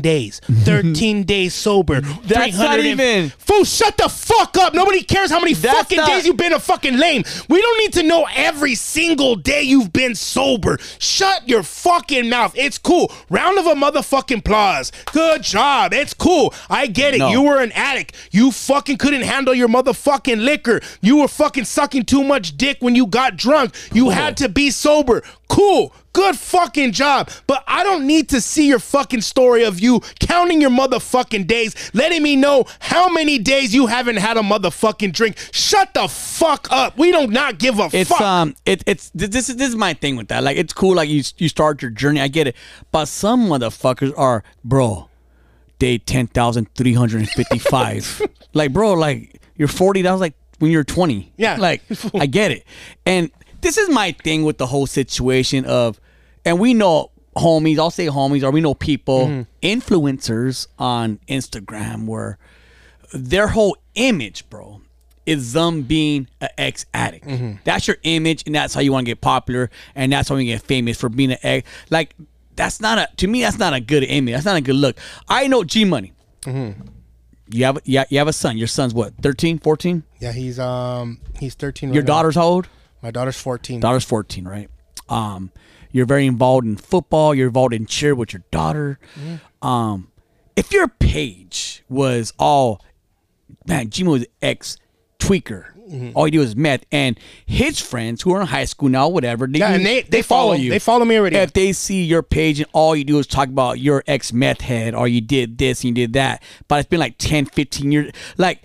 S3: days, 13 days sober.
S1: That's not
S3: 300 and-
S1: even-
S3: Fool, shut the fuck up. Nobody cares how many
S1: That's
S3: fucking
S1: not-
S3: days you've been a fucking lame. We don't need to know every single day you've been sober. Shut your fucking mouth. It's cool. Round of a motherfucking applause. Good job. It's cool. I get it.
S1: No.
S3: You were an addict. You fucking couldn't handle your motherfucking liquor. You were fucking sucking too much dick when you got drunk. You had to be sober. Cool. Good fucking job. But I don't need to see your fucking story of you counting your motherfucking days, letting me know how many days you haven't had a motherfucking drink. Shut the fuck up. We don't not give a
S1: It's
S3: fuck.
S1: um, it, it's th- this is this is my thing with that. Like, it's cool. Like you you start your journey. I get it, but some motherfuckers are bro. Day ten thousand three hundred and fifty five. like, bro, like you're forty. That was like when you're twenty.
S3: Yeah.
S1: Like, I get it. And this is my thing with the whole situation of, and we know homies. I'll say homies, or we know people
S3: Mm-hmm.
S1: influencers on Instagram where their whole image, bro, is them being an ex addict. That's your image, and that's how you want to get popular, and that's how you get famous for being an ex. Like that's not a to me. That's not a good image. That's not a good look. I know G Money. You have yeah, you have a son. Your son's what 13, 14?
S3: yeah, he's um he's 13
S1: Your daughter's how old?
S3: My daughter's 14.
S1: Daughter's fourteen, right? Um, you're very involved in football. You're involved in cheer with your daughter. Um, if your page was all man, Jimo was ex tweaker.
S3: Mm-hmm.
S1: All he did was meth, and his friends who are in high school now, whatever, they,
S3: Yeah, and they- they follow- they follow me already.
S1: If they see your page and all you do is talk about your ex meth head, or you did this and you did that, but it's been like 10, 15 years, like.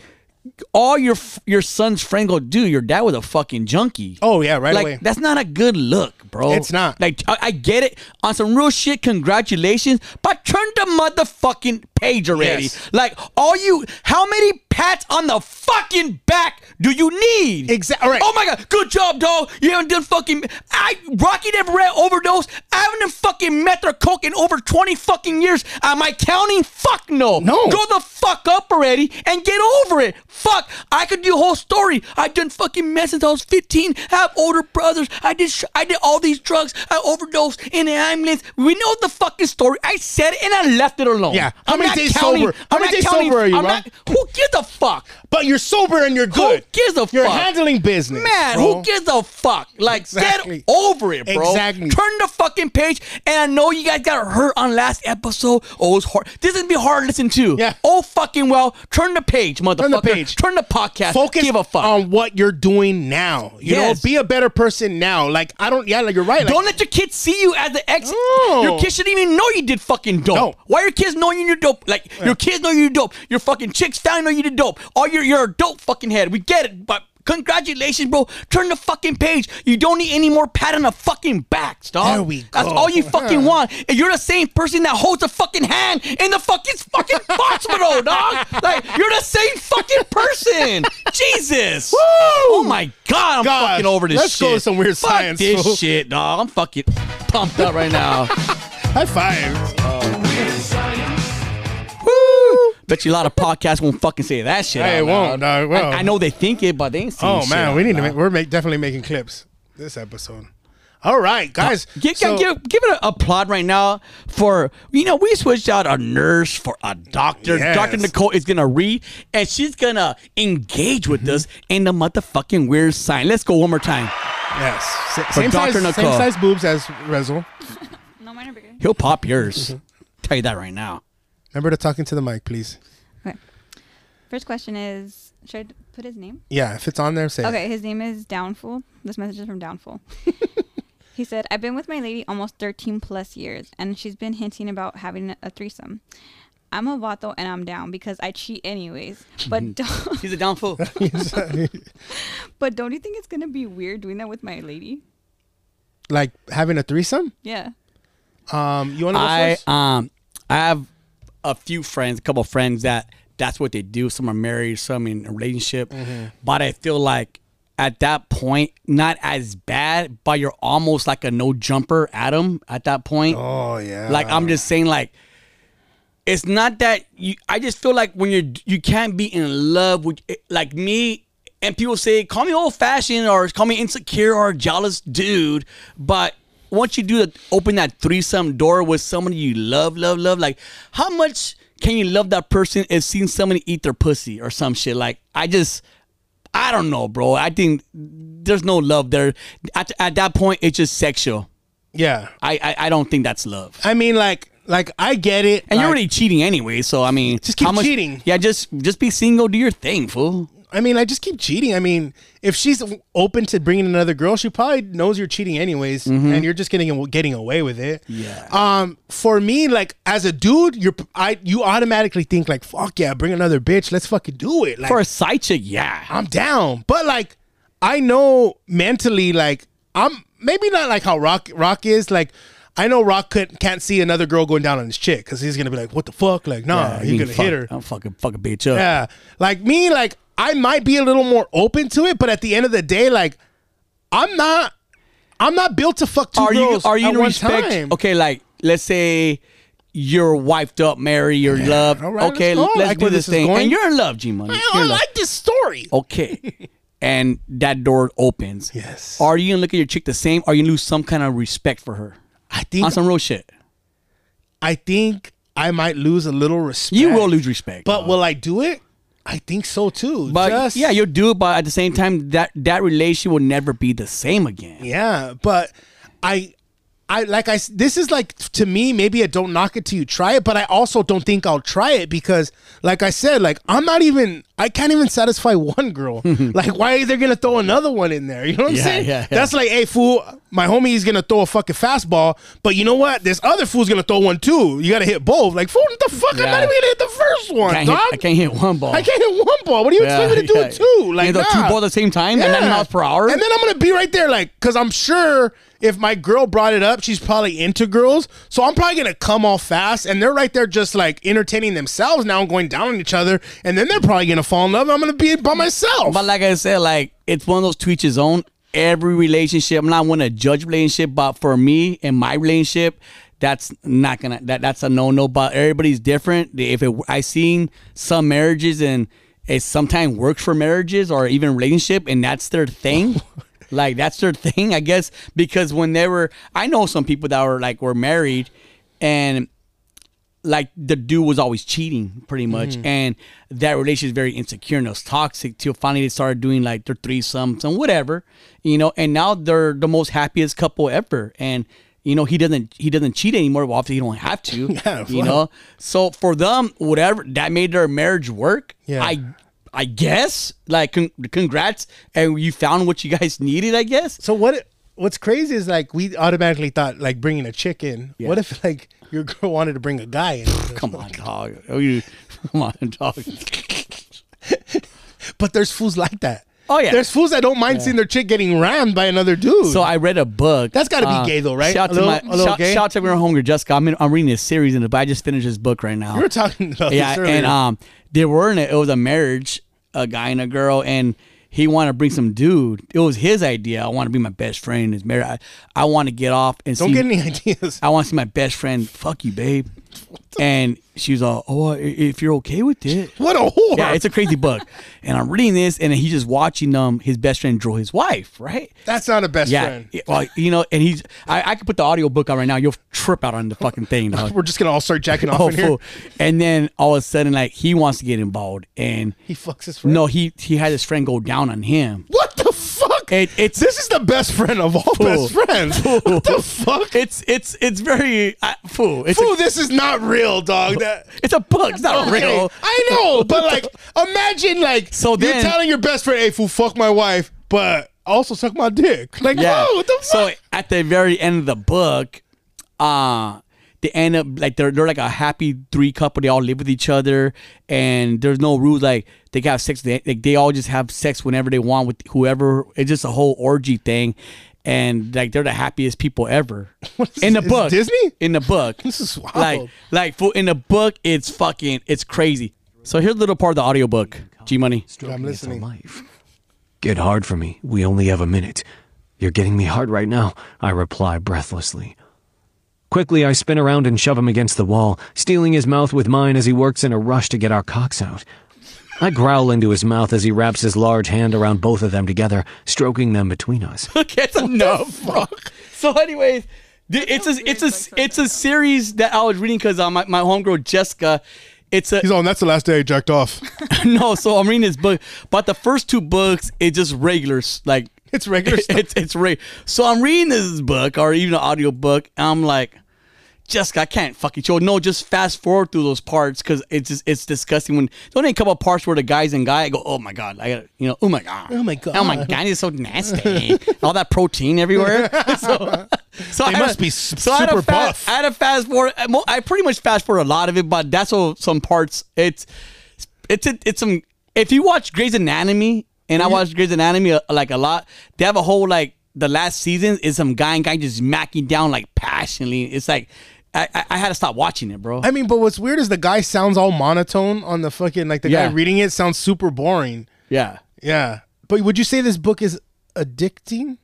S1: All your f- your son's friend go, dude. Your dad was a fucking junkie.
S3: Oh, yeah, right
S1: like,
S3: away.
S1: That's not a good look, bro.
S3: It's not.
S1: Like I, I get it on some real shit. Congratulations, but turn the motherfucking page already.
S3: Yes.
S1: Like, all you, how many pats on the fucking back do you need?
S3: Exa- all right.
S1: Oh my god, good job, dog. You haven't done fucking. I Rocky never ran overdose. I haven't done fucking meth or coke in over twenty fucking years. Am I counting? Fuck no.
S3: No.
S1: Grow the fuck up already and get over it. Fuck. I could do a whole story. I done fucking meth since I was fifteen. I have older brothers. I did. Sh- I did all these drugs. I overdosed in an ambulance. We know the fucking story. I said it and I left it alone.
S3: Yeah. How
S1: I'm
S3: many
S1: not
S3: days
S1: counting-
S3: sober? How
S1: I'm not
S3: many days sober are you,
S1: I'm
S3: Ron?
S1: not- Who gives a fuck?
S3: But you're sober and you're good.
S1: gives a
S3: You're
S1: fuck?
S3: handling business.
S1: Man,
S3: bro.
S1: who gives a fuck? Like,
S3: Exactly.
S1: get over it, bro.
S3: Exactly.
S1: Turn the fucking page. And I know you guys got hurt on last episode. Oh, it was hard. This is gonna be hard to listen to.
S3: Yeah.
S1: Oh, fucking well. Turn the page, motherfucker.
S3: the page.
S1: Turn the podcast.
S3: Focus
S1: Give a fuck.
S3: on what you're doing now. You
S1: Yes.
S3: know, be a better person now. Like I don't. Yeah, like you're right. Like,
S1: don't let your kids see you as the ex.
S3: No.
S1: Your kids shouldn't even know you did fucking dope.
S3: No.
S1: Why your kids knowing you are dope? Like your kids know you dope. Your fucking chicks down know you did dope. All your you're a dope fucking head. We get it, but congratulations, bro. Turn the fucking page. You don't need any more pat on the fucking back, dog.
S3: There we
S1: That's
S3: go.
S1: all you fucking want. And you're the same person that holds a fucking hand in the fucking fucking hospital, dog. Like you're the same fucking person. Jesus. Oh my god, I'm
S3: Gosh,
S1: fucking over this
S3: let's
S1: shit.
S3: go with some weird
S1: Fuck
S3: science,
S1: This
S3: fool.
S1: shit, dog. I'm fucking pumped up right now.
S3: high five.
S1: Woo! Bet you a lot of podcasts won't fucking say that shit.
S3: Hey,
S1: out
S3: it won't,
S1: loud.
S3: dog, it won't.
S1: I, I know they think it, but they ain't saying
S3: Oh
S1: shit
S3: man,
S1: out
S3: we need to.
S1: loud.
S3: Make, we're make, definitely making clips this episode. All right, guys.
S1: Give,
S3: so-
S1: give, give it a applaud right now for you know we switched out a nurse for a doctor.
S3: Yes.
S1: Doctor Nicole is gonna read and she's gonna engage with us
S3: Mm-hmm.
S1: in the motherfucking weird sign. Let's go one more time.
S3: Yes. Sa- Same size,
S1: Dr.
S3: same
S1: Nicole.
S3: size boobs as Rezel.
S4: No, mine are bigger.
S1: He'll pop
S3: Mm-hmm.
S1: yours. Tell you that right now.
S3: Remember to talk into the mic, please.
S4: Okay. First question is should I put his name?
S3: Yeah, if it's on there, say it.
S4: Okay, his name is Downful. This message is from Downful. he said, I've been with my lady almost 13 plus years, and she's been hinting about having a threesome. I'm a vato and I'm down because I cheat anyways.
S3: Mm-hmm.
S4: But don't,
S1: He's a down fool.
S4: but don't you think it's gonna be weird doing that with my lady?
S3: like having a threesome.
S4: Yeah.
S3: Um, you want to go
S1: I
S3: first?
S1: um I have a few friends, a couple of friends that that's what they do. Some are married, some in a relationship,
S3: Mm-hmm.
S1: but I feel like at that point, not as bad, but you're almost like a no jumper, Adam. At that point,
S3: oh yeah.
S1: like I'm just saying, like it's not that you. I just feel like when you're you can't be in love with eh, like me. And people say, call me old fashioned or call me insecure or a jealous dude. But once you do that, open that threesome door with somebody you love, love, love. Like, how much can you love that person if seeing somebody eat their pussy or some shit? Like, I just, I don't know, bro. I think there's no love there. At, at that point, it's just sexual.
S3: yeah.
S1: I, I, I don't think that's love.
S3: I mean, like, like I get it.
S1: And
S3: like,
S1: you're already cheating anyway, so I mean,
S3: Just keep
S1: how much-
S3: cheating.
S1: Yeah, just just be single, do your thing, fool.
S3: I mean, I just keep cheating. I mean, if she's open to bringing another girl, she probably knows you're cheating anyways, and you're just getting getting away with it.
S1: Mm-hmm. Yeah.
S3: Um, for me, like as a dude, you're I you automatically think like, fuck yeah, bring another bitch, let's fucking do it. Like,
S1: For a side chick, yeah.
S3: I'm down. But like I know mentally like I'm maybe not like how Rock Rock is like I know Rock could, can't see another girl going down on his chick because he's gonna be like, "What the fuck?" Like, nah,
S1: I
S3: you're
S1: mean,
S3: gonna
S1: fuck-
S3: hit her.
S1: I'm fucking fuck a bitch up.
S3: Yeah. Like me, like I might be a little more open to it, but at the end of the day, like I'm not I'm not built to fuck two
S1: Are you
S3: girls
S1: are you
S3: at
S1: in
S3: one
S1: respect?
S3: time.
S1: Okay, like let's say you're wifed up, married, you're in love.
S3: all right,
S1: okay,
S3: let's
S1: let's,
S3: go. I like
S1: do
S3: where
S1: this
S3: this is
S1: thing.
S3: going.
S1: And you're in love, G Money.
S3: I, I like this story.
S1: Oh, Okay. and that door opens.
S3: Yes.
S1: Are you gonna look at your chick the same? Are you gonna lose some kind of respect for her?
S3: I think
S1: On some real shit.
S3: I think I might lose a little respect.
S1: You will lose respect.
S3: But will I do it? I think so too.
S1: But
S3: Just-
S1: yeah, you'll do it. But at the same time, that that relation will never be the same again.
S3: Yeah, but I, I like I. s- This is like to me maybe a don't knock it till you try it, but I also don't think I'll try it because, like I said, like I'm not even. I can't even satisfy one girl. like why are they gonna throw another one in there? You know what I'm
S1: Yeah,
S3: saying?
S1: yeah, yeah.
S3: That's like, hey fool, my homie is gonna throw a fucking fastball, but you know what? This other fool's gonna throw one too. You gotta hit both. Like fool, what the fuck? I'm
S1: Yeah.
S3: not even gonna hit the first one,
S1: I, can't
S3: dog.
S1: hit, I can't hit one ball.
S3: Oh I can't hit one ball. What do you
S1: Yeah,
S3: expect me to do
S1: yeah.
S3: it two? Like
S1: You know,
S3: nah.
S1: two balls at the same time and 90 miles per hour.
S3: And then I'm gonna be right there, like, cause I'm sure if my girl brought it up, she's probably into girls. So I'm probably gonna come off fast, and they're right there just like entertaining themselves now and going down on each other, and then they're probably gonna fall in love. And I'm gonna be by myself.
S1: But like I said, like it's one of those tweets his own. Every relationship, I'm not one to judge relationship, but for me and my relationship, that's not gonna that that's a no no. But everybody's different. If it, I seen some marriages and it sometimes works for marriages or even relationship, and that's their thing. like that's their thing, I guess. Because when they were, I know some people that were like were married, and like the dude was always cheating pretty much
S3: Mm.
S1: and that relationship is very insecure and it was toxic till finally they started doing like their threesomes and whatever you know and now they're the most happiest couple ever and you know he doesn't he doesn't cheat anymore well obviously he don't have to
S3: Yeah,
S1: you know so for them whatever that made their marriage work
S3: Yeah.
S1: i i guess like con- congrats and you found what you guys needed i guess
S3: So what? It, what's crazy is like we automatically thought like bringing a chick in. What if like your girl wanted to bring a guy in?
S1: come on dog oh you come on dog
S3: But there's fools like that.
S1: Oh, yeah.
S3: There's fools that don't mind seeing their chick getting rammed by another dude.
S1: So I read a book. uh,
S3: That's gotta be gay though, right?
S1: Shout to
S3: A little-
S1: my
S3: a little
S1: shout,
S3: gay?
S1: shout to my hunger, Jessica. I'm in, I'm reading this series in the, but I just finished this book right now.
S3: we were talking about
S1: yeah,
S3: this earlier.
S1: and um, they were in it. It was a marriage, a guy and a girl, and he wanted to bring some dude. It was his idea. I want to be my best friend. His married. I, I want to get off and
S3: don't
S1: see.
S3: get any ideas.
S1: I want to see my best friend. Fuck you, babe. And she was all, "Oh, i- if you're okay with it."
S3: What a whore!
S1: Yeah, it's a crazy book, and I'm reading this, and he's just watching um his best friend drill his wife, right?
S3: That's not a best
S1: yeah,
S3: friend.
S1: yeah, well, you know, and he's I, I could put the audio book on right now. You'll trip out on the fucking thing, dog.
S3: We're just gonna all start jacking off
S1: Oh,
S3: in here.
S1: fool. And then all of a sudden, like he wants to get involved, and
S3: He fucks his friend.
S1: no, he he had his friend go down on him.
S3: What the fuck?
S1: It- it's-
S3: this is the best friend of all
S1: Fool.
S3: best friends. What the fuck?
S1: It's it's it's very uh, fool. It's
S3: Fool,
S1: a,
S3: this is not real, dog. That
S1: it's a book. It's not real.
S3: I know, but like, imagine like
S1: So
S3: you're
S1: then-
S3: telling your best friend, "Hey, fool, fuck my wife, but also suck my dick." Like,
S1: Yeah.
S3: whoa, what the
S1: so
S3: fuck?
S1: at the very end of the book, uh they end up like they're they're like a happy three couple. They all live with each other, and there's no rules. Like they can have sex. They like, they all just have sex whenever they want with whoever. It's just a whole orgy thing, and like they're the happiest people ever in the
S3: this? Is
S1: book.
S3: Disney?
S1: in the book.
S3: This is wild.
S1: Like like for, in the book, it's fucking it's crazy. So here's a little part of the audiobook. G Money.
S3: I'm listening.
S6: life. Get hard for me. We only have a minute. You're getting me hard right now, I reply breathlessly. Quickly, I spin around and shove him against the wall, stealing his mouth with mine as he works in a rush to get our cocks out. I growl into his mouth as he wraps his large hand around both of them together, stroking them between us.
S1: That's enough, bro. So, anyways, th- it's a it's a it's a series that I was reading because uh, my my homegirl Jessica. It's a
S3: He's on. That's the last day I jacked off.
S1: no. So I'm reading this book, but the first two books it's just regulars like
S3: It's regular stuff.
S1: it's it's re- So I'm reading this book or even an audio book. And I'm like, Jessica, I can't fucking show. No, just fast forward through those parts because it's just it's disgusting. When there's only a couple of parts where the guys and guy, I go, oh my god, I got you know, oh my god,
S3: Oh my God.
S1: oh my god, it's so nasty. All that protein everywhere. so, so
S3: They
S1: had
S3: must
S1: a-
S3: be s-
S1: I had a
S3: super
S1: fa-
S3: buff.
S1: I had a fast forward. I mo- I pretty much fast forward a lot of it, but that's all, some parts. It's it's a, it's some. If you watch Grey's Anatomy, and I watch Grey's Anatomy uh, like a lot, they have a whole like the last season is some guy and guy just macking down like passionately. It's like I I, I had to stop watching it, bro.
S3: I mean, but what's weird is the guy sounds all monotone on the fucking like the
S1: Yeah.
S3: guy reading it sounds super boring.
S1: yeah.
S3: Yeah, but would you say this book is addicting?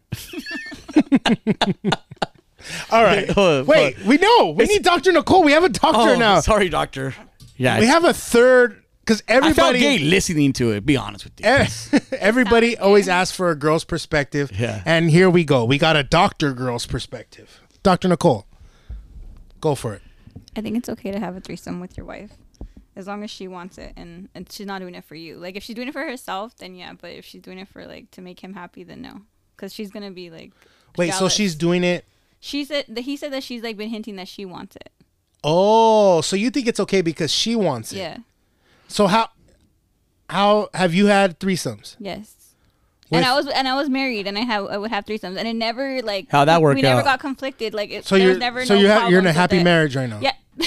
S3: all right.
S1: Hold on,
S3: Wait, we know. We need Dr. Nicole. We have a doctor
S1: Oh,
S3: now.
S1: sorry, doctor. Yeah,
S3: We have a third because
S1: I felt gay
S3: everybody
S1: listening to it. Be honest with you.
S3: e- everybody always asks for a girl's perspective.
S1: Yeah.
S3: And here we go. We got a doctor girl's perspective. Dr. Nicole, go for it.
S4: I think it's okay to have a threesome with your wife, as long as she wants it and, and she's not doing it for you. Like if she's doing it for herself, then yeah. But if she's doing it for like to make him happy, then no, because she's gonna be like.
S3: Wait, so
S4: jealous.
S3: she's doing it.
S4: She said that he said that she's like been hinting that she wants it.
S3: Oh, so you think it's okay because she wants it.
S4: Yeah.
S3: So how how have you had threesomes?
S4: Yes.
S3: With-
S4: and I was and I was married and I have I would have threesomes and it never like
S1: How'd that
S4: we-
S1: work
S4: We never
S1: out?
S4: got conflicted like it,
S3: So
S4: there
S3: you're
S4: was never
S3: so
S4: no
S3: you ha- you're in
S4: problems
S3: a
S4: with
S3: happy
S4: it.
S3: marriage right now.
S4: Yeah.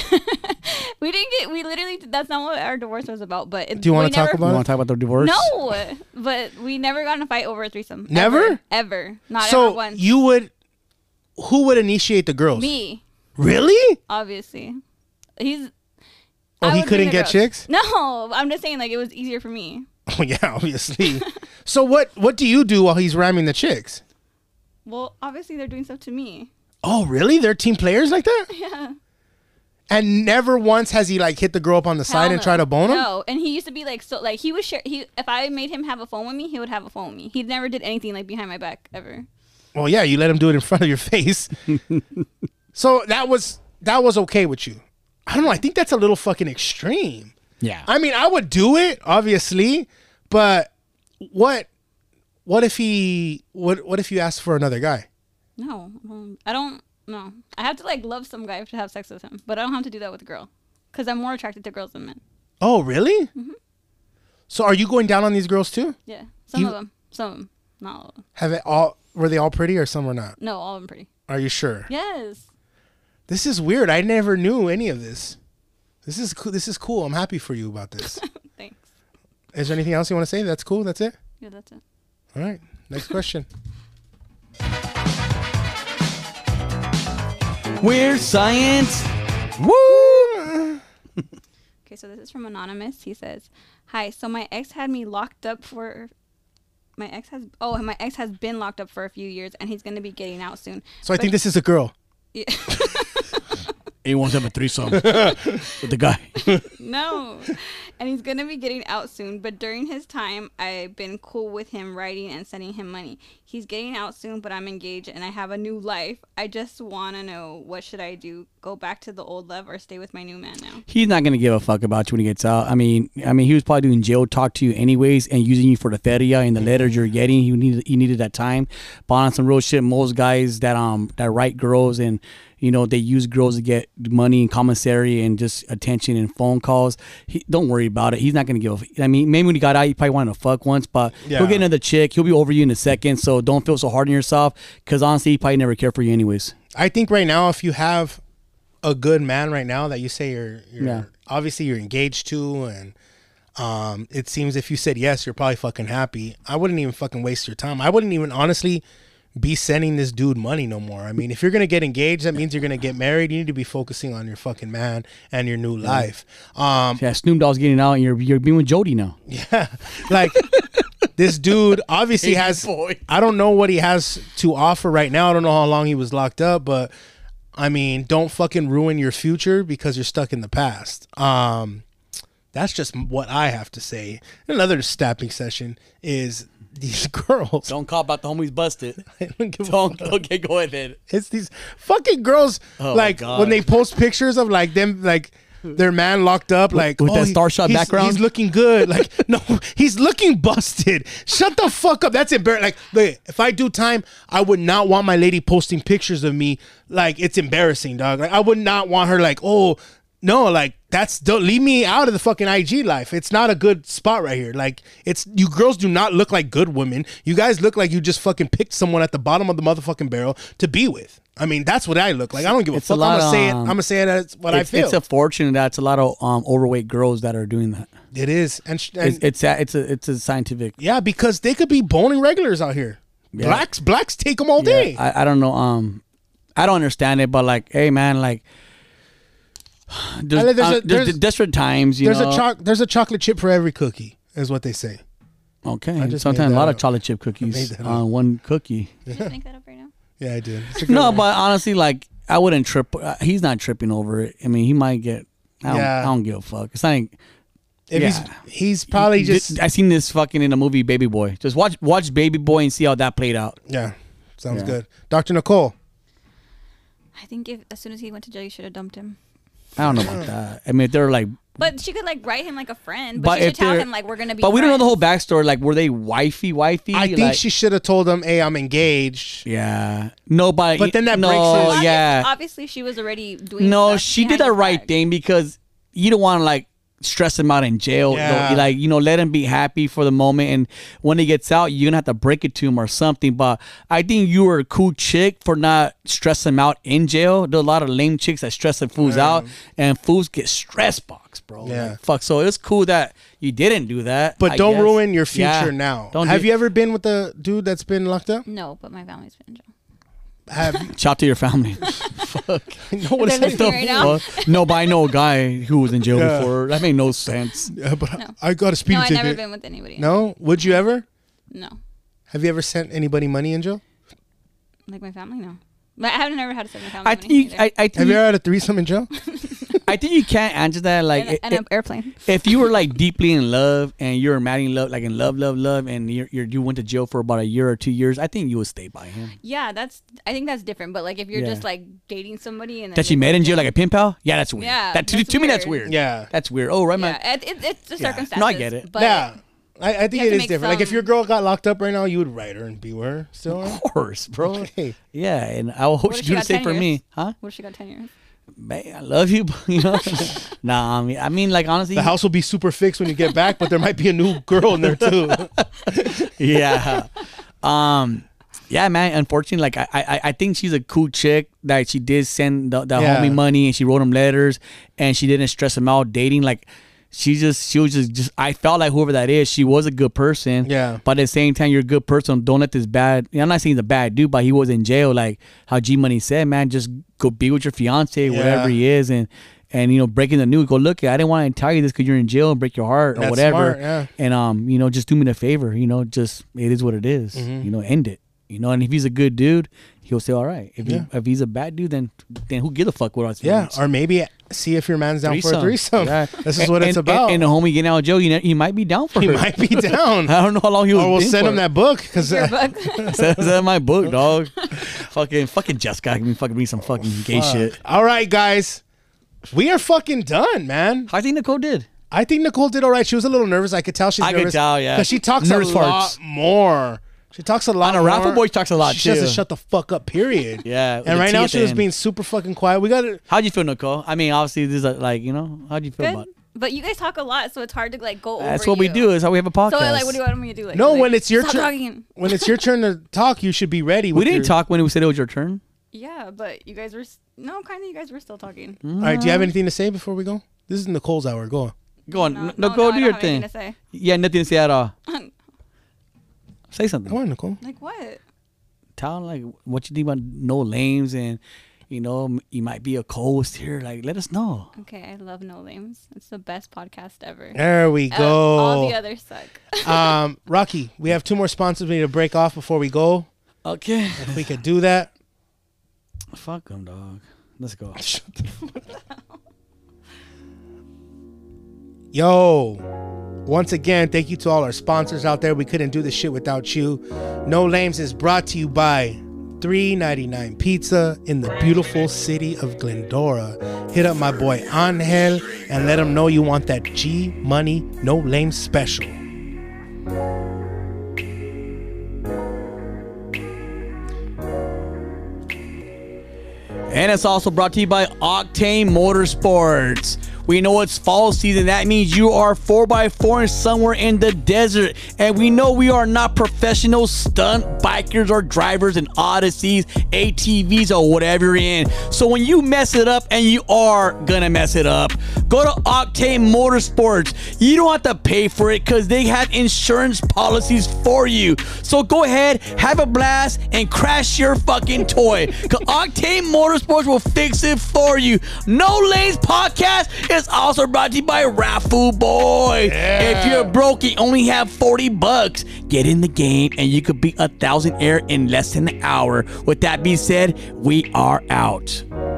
S4: we didn't get we literally that's not what our divorce was about. But it,
S3: Do you
S4: want
S3: want to talk about
S1: You
S3: it?
S1: want to talk about the divorce?
S4: No, but we never got in a fight over a threesome.
S3: Never?
S4: ever, Ever. not
S3: so
S4: ever once.
S3: you would who would initiate the girls?
S4: me,
S3: Really?
S4: obviously. He's.
S3: Oh,
S4: I
S3: he
S4: would bring
S3: couldn't
S4: the
S3: get
S4: girls.
S3: chicks?
S4: No, I'm just saying like it was easier for me.
S3: Oh yeah, obviously. so what what do you do while he's ramming the chicks?
S4: Well, obviously they're doing stuff to me.
S3: Oh really? They're team players like that? Yeah. And never once has he like hit the girl up on the side
S4: Hell
S3: and
S4: no.
S3: try to bone him?
S4: No, and he used to be like so like he was share he if I made him have a phone with me, he would have a phone with me. He never did anything like behind my back ever.
S3: Well, yeah, you let him do it in front of your face. so that was that was okay with you. I don't know. I think that's a little fucking extreme.
S1: Yeah.
S3: I mean, I would do it, obviously, but what what if he what what if you asked for another guy?
S4: No, um, I don't. No, I have to like love some guy to have sex with him, but I don't have to do that with a girl, because I'm more attracted to girls than men.
S3: Oh, really? So are you going down on these girls too?
S4: Yeah, some
S3: You-
S4: of them, some of them, not all of them.
S3: Have it all were they all pretty or some were not?
S4: No, all of them pretty.
S3: Are you sure?
S4: Yes.
S3: This is weird. I never knew any of this. This is cool. This is cool. I'm happy for you about this.
S4: Thanks.
S3: is there anything else you want to say? That's cool. That's it.
S4: Yeah, that's it.
S3: All right. Next question.
S1: Weird science.
S3: Woo!
S4: Okay, so this is from anonymous. He says, "Hi, so my ex had me locked up for." My ex has oh my ex has been locked up for a few years and he's gonna be getting out soon.
S3: So I think this is a girl.
S1: He wants to have a threesome with the guy.
S4: No. and he's going to be getting out soon, but during his time, I've been cool with him writing and sending him money. He's getting out soon, but I'm engaged and I have a new life. I just want to know what should I do? Go back to the old love or stay with my new man now?
S1: He's not gonna give a fuck about you when he gets out. I mean, I mean, he was probably doing jail talk to you anyways and using you for the feria and the letters you're getting. He needed, he needed that time. But on some real shit, most guys that um that write girls and you know they use girls to get money and commissary and just attention and phone calls. He, don't worry about it. He's not gonna give. a I mean, maybe when he got out, he probably wanted to fuck once, but
S3: Yeah.
S1: he'll get another chick. He'll be over you in a second. So don't feel so hard on yourself because honestly, he probably never cared for you anyways.
S3: I think right now, if you have a good man right now that you say you're, you're
S1: Yeah.
S3: obviously you're engaged to, and um, it seems if you said yes, you're probably fucking happy. I wouldn't even fucking waste your time. I wouldn't even honestly be sending this dude money no more. I mean, if you're gonna get engaged, that means you're gonna get married. You need to be focusing on your fucking man and your new life. Um,
S1: Yeah, Snoop Dogg's getting out and you're you're being with Jody now.
S3: like this dude obviously has i don't know what he has to offer right now i don't know how long he was locked up but i mean don't fucking ruin your future because you're stuck in the past um that's just what i have to say another stabbing session is these girls
S1: Don't call about the homies busted.
S3: don't give a
S1: Don't okay, go ahead.
S3: it's these fucking girls
S1: Oh, my
S3: like
S1: God.
S3: when they post pictures of like them like their man locked up like oh,
S1: with that
S3: he-
S1: Starshot
S3: he's-
S1: background?
S3: he's looking good like no he's looking busted shut the fuck up that's embarrassing like look, if i do time i would not want my lady posting pictures of me like it's embarrassing dog like i would not want her like oh no like that's don't leave me out of the fucking IG life. It's not a good spot right here. Like it's you girls do not look like good women. You guys look like you just fucking picked someone at the bottom of the motherfucking barrel to be with. I mean, that's what I look like. I don't give a
S1: It's a
S3: fuck. I'm
S1: lot,
S3: gonna say it.
S1: um,
S3: I'm gonna say it as what
S1: It's,
S3: I feel.
S1: it's a fortune that's a lot of um, overweight girls that are doing that.
S3: it is, and, sh- and
S1: It's it's a, it's a, it's a scientific.
S3: yeah, because they could be boning regulars out here. Blacks, blacks take them all day.
S1: I, I don't know. Um, I don't understand it, but like, hey man, like, there's,
S3: I like there's
S1: uh,
S3: a-
S1: there's,
S3: there's-
S1: desperate times. You
S3: there's
S1: know?
S3: a choc there's a chocolate chip for every cookie, is what they say.
S1: Okay,
S3: just
S1: sometimes
S3: made
S1: a lot
S3: that
S1: of
S3: up.
S1: chocolate chip
S3: made
S1: cookies
S3: that
S1: on one cookie.
S4: Did you make that up right now?
S3: Yeah, I did. It's a good
S1: No,
S3: one.
S1: but honestly, like, I wouldn't trip. Uh, he's not tripping over it. I mean, he might get. I don't,
S3: Yeah.
S1: I don't give a fuck. It's not.
S3: if
S1: yeah.
S3: he's he's probably
S1: Th-
S3: just
S1: I seen this fucking in the movie Baby Boy. Just watch watch Baby Boy and see how that played out.
S3: yeah. Sounds
S1: Yeah.
S3: good, Doctor Nicole.
S4: I think if as soon as he went to jail, you should have dumped him.
S1: I don't know about that. I mean, if they're like,
S4: But she could like write him like a friend, but,
S1: but
S4: she
S1: if
S4: should tell
S1: they're-
S4: him like we're gonna be.
S1: But we don't know the whole
S4: friends.
S1: backstory. Like, were they wifey wifey?
S3: I think
S1: Like,
S3: she should have told him, "Hey, I'm engaged."
S1: Yeah. No, but
S3: But then that
S1: no,
S3: breaks his-
S4: Obvi-
S1: yeah.
S4: Obviously, she was already doing.
S1: No,
S4: stuff
S1: she
S4: behind
S1: did the
S4: his
S1: right
S4: back.
S1: thing because you don't want to like stress him out in jail. You know,
S3: Yeah.
S1: Like you know, let him be happy for the moment, and when he gets out, you're gonna have to break it to him or something. But I think you were a cool chick for not stressing him out in jail. There's a lot of lame chicks that stress the fools out, and fools get stress box, bro.
S3: Yeah.
S1: Like, fuck. So it's cool that you didn't do that.
S3: But
S1: I
S3: don't
S1: guess.
S3: ruin your future
S1: Yeah.
S3: now.
S1: Don't
S3: have
S1: do-
S3: you ever been with a dude that's been locked up?
S4: No, but my family's been in jail.
S3: Have you-
S1: Shout to your family.
S3: no one
S4: They're
S3: said
S4: listening right now.
S1: Fuck. no, but I know a guy who was in jail
S3: Yeah.
S1: before. That made no sense.
S3: Yeah, but I got a speeding
S4: No, I've
S3: ticket.
S4: never been with anybody.
S3: No, would you ever?
S4: No.
S3: Have you ever sent anybody money in jail?
S4: Mm-hmm. Like my family, no. But I haven't never had a second family.
S1: I
S4: money
S1: think
S4: either.
S1: I, I
S3: Have
S1: think
S3: you ever had a threesome in jail?
S1: I think you can't answer that. Like,
S4: and,
S1: it-
S4: and
S1: it-
S4: an airplane.
S1: if you were like deeply in love and you're mad in love, like in love, love, love, and you're, you're you went to jail for about a year or two years, I think you would stay by him.
S4: Yeah, that's. I think that's different. But like, if you're
S1: Yeah.
S4: just like dating somebody and then
S1: That you
S4: you're-
S1: met in jail, like a pen pal. Yeah, that's weird.
S4: Yeah,
S1: that to,
S4: that's
S1: to me, that's
S4: weird.
S1: weird.
S3: Yeah.
S1: that's weird. Oh, right, my.
S4: Yeah, it, it, it's the
S1: Yeah.
S4: circumstances.
S1: No, I get it.
S4: But
S3: yeah. I, I think
S4: have
S3: it
S4: to
S3: is
S4: make
S3: different. Like if
S4: some-
S3: your girl got locked up right now, you would write her and be with her still. right?
S1: Of course, bro.
S3: Okay.
S1: Yeah, and I will hope
S4: What
S1: you
S4: if
S1: do the
S4: got
S1: same
S4: 10
S1: for
S4: years?
S1: me, huh?
S4: What if she got ten years?
S1: Babe, I love you. but, you know? nah, I mean, I mean, like honestly,
S3: The house will be super fixed when you get back, but there might be a new girl in there too.
S1: yeah. Um, yeah, man. Unfortunately, like I, I, I think she's a cool chick. Like she did send the, the
S3: Yeah.
S1: homie money, and she wrote him letters, and she didn't stress him out dating. Like she just, she was just, just. I felt like whoever that is, she was a good person.
S3: Yeah.
S1: But at the same time, you're a good person. Don't let this bad. I'm not saying he's a bad dude, but he was in jail. Like how G Money said, man, just go be with your fiance, whatever
S3: Yeah.
S1: he is, and. And you know, breaking the news. Go look. I didn't want to tell you this because you're in jail and break your heart or
S3: That's
S1: whatever
S3: smart, yeah.
S1: and um, you know, just do me the favor, you know, just it is what it is.
S3: Mm-hmm.
S1: you know, end it, you know. And if he's a good dude, he'll say all right. If
S3: Yeah.
S1: he, if he's a bad dude, then then who gives a fuck what I
S3: yeah, or maybe see if your man's down for a threesome.
S1: Yeah.
S3: This is what
S1: And-
S3: it's
S1: and-
S3: about.
S1: And, the homie getting out of jail, you know, he might be down for
S3: he
S1: it.
S3: might be down,
S1: I don't know how long he was.
S3: or we'll
S1: in
S3: send
S1: for
S3: him
S1: it.
S3: that book uh, because
S1: send, send my book, dog. fucking fucking Jessica, I can fucking read some fucking gay shit.
S3: All right, guys. We are fucking done, man.
S1: I think Nicole did.
S3: I think Nicole did all right. She was a little nervous. I could tell she's
S1: I could
S3: nervous.
S1: tell, yeah.
S3: Because she talks
S1: Nervous farts.
S3: a lot more. She talks a lot.
S1: On a
S3: more.
S1: Raffle Boy, she talks a lot,
S3: She just
S1: too.
S3: doesn't shut the fuck up. Period.
S1: Yeah, with
S3: And
S1: the
S3: right
S1: T
S3: now
S1: at
S3: she
S1: the
S3: was
S1: end.
S3: being super fucking quiet. We got to
S1: How'd you feel, Nicole? I mean, obviously, this is a, like you know, how'd you feel
S4: Good.
S1: about? it?
S4: But you guys talk a lot, so it's hard to like go over.
S1: That's what we
S4: you.
S1: do. Is how we have a podcast.
S4: So like, what do you want me to do? Like,
S3: no.
S4: like,
S3: when it's your
S4: stop
S3: turn,
S4: talking.
S3: when it's your turn to talk, you should be ready.
S1: we
S3: with
S1: didn't
S3: your-
S1: talk when we said it was your turn.
S4: Yeah, but you guys were s- no, kind of. You guys were still talking.
S1: Mm-hmm.
S3: All right. Do you have
S4: Mm.
S3: anything to say before we go? This is Nicole's hour. Go on.
S1: Go on,
S4: No,
S1: no,
S4: no,
S1: go
S4: no, I
S1: do
S4: don't
S1: your
S4: have
S1: thing.
S4: anything to say.
S1: Yeah, nothing to say at all. Say
S3: Go
S1: something.
S3: on, Nicole.
S4: Like what?
S1: Tell 'em, like what you think about no names and you know m- you might be a co-host here. Like let us know.
S4: Okay, I love No Names. It's the best podcast ever.
S3: There we
S4: Uh,
S3: go.
S4: all the others suck.
S3: um, Rocky, we have two more sponsors we need to break off before we go.
S1: Okay.
S3: If we could do that.
S1: Fuck them, dog. Let's go.
S3: Yo, once again, thank you to all our sponsors out there. We couldn't do this shit without you. No Lames is brought to you by 399 Pizza in the beautiful city of Glendora. Hit up my boy Angel and let him know you want that G Money No Lames special.
S1: And it's also brought to you by Octane Motorsports. We know it's fall season. That means you are 4x4 and somewhere in the desert. And we know we are not professional stunt bikers or drivers in Odysseys, ATVs, or whatever you're in. So when you mess it up, and you are gonna mess it up, go to Octane Motorsports. You don't have to pay for it because they have insurance policies for you. So go ahead, have a blast, and crash your fucking toy. 'Cause Octane Motorsports will fix it for you. No Lanes Podcast is also brought to you by Rafu Boy. If you're broke and only have 40 bucks, get in the game and you could be a thousand air in less than an hour. With that being said, we are out.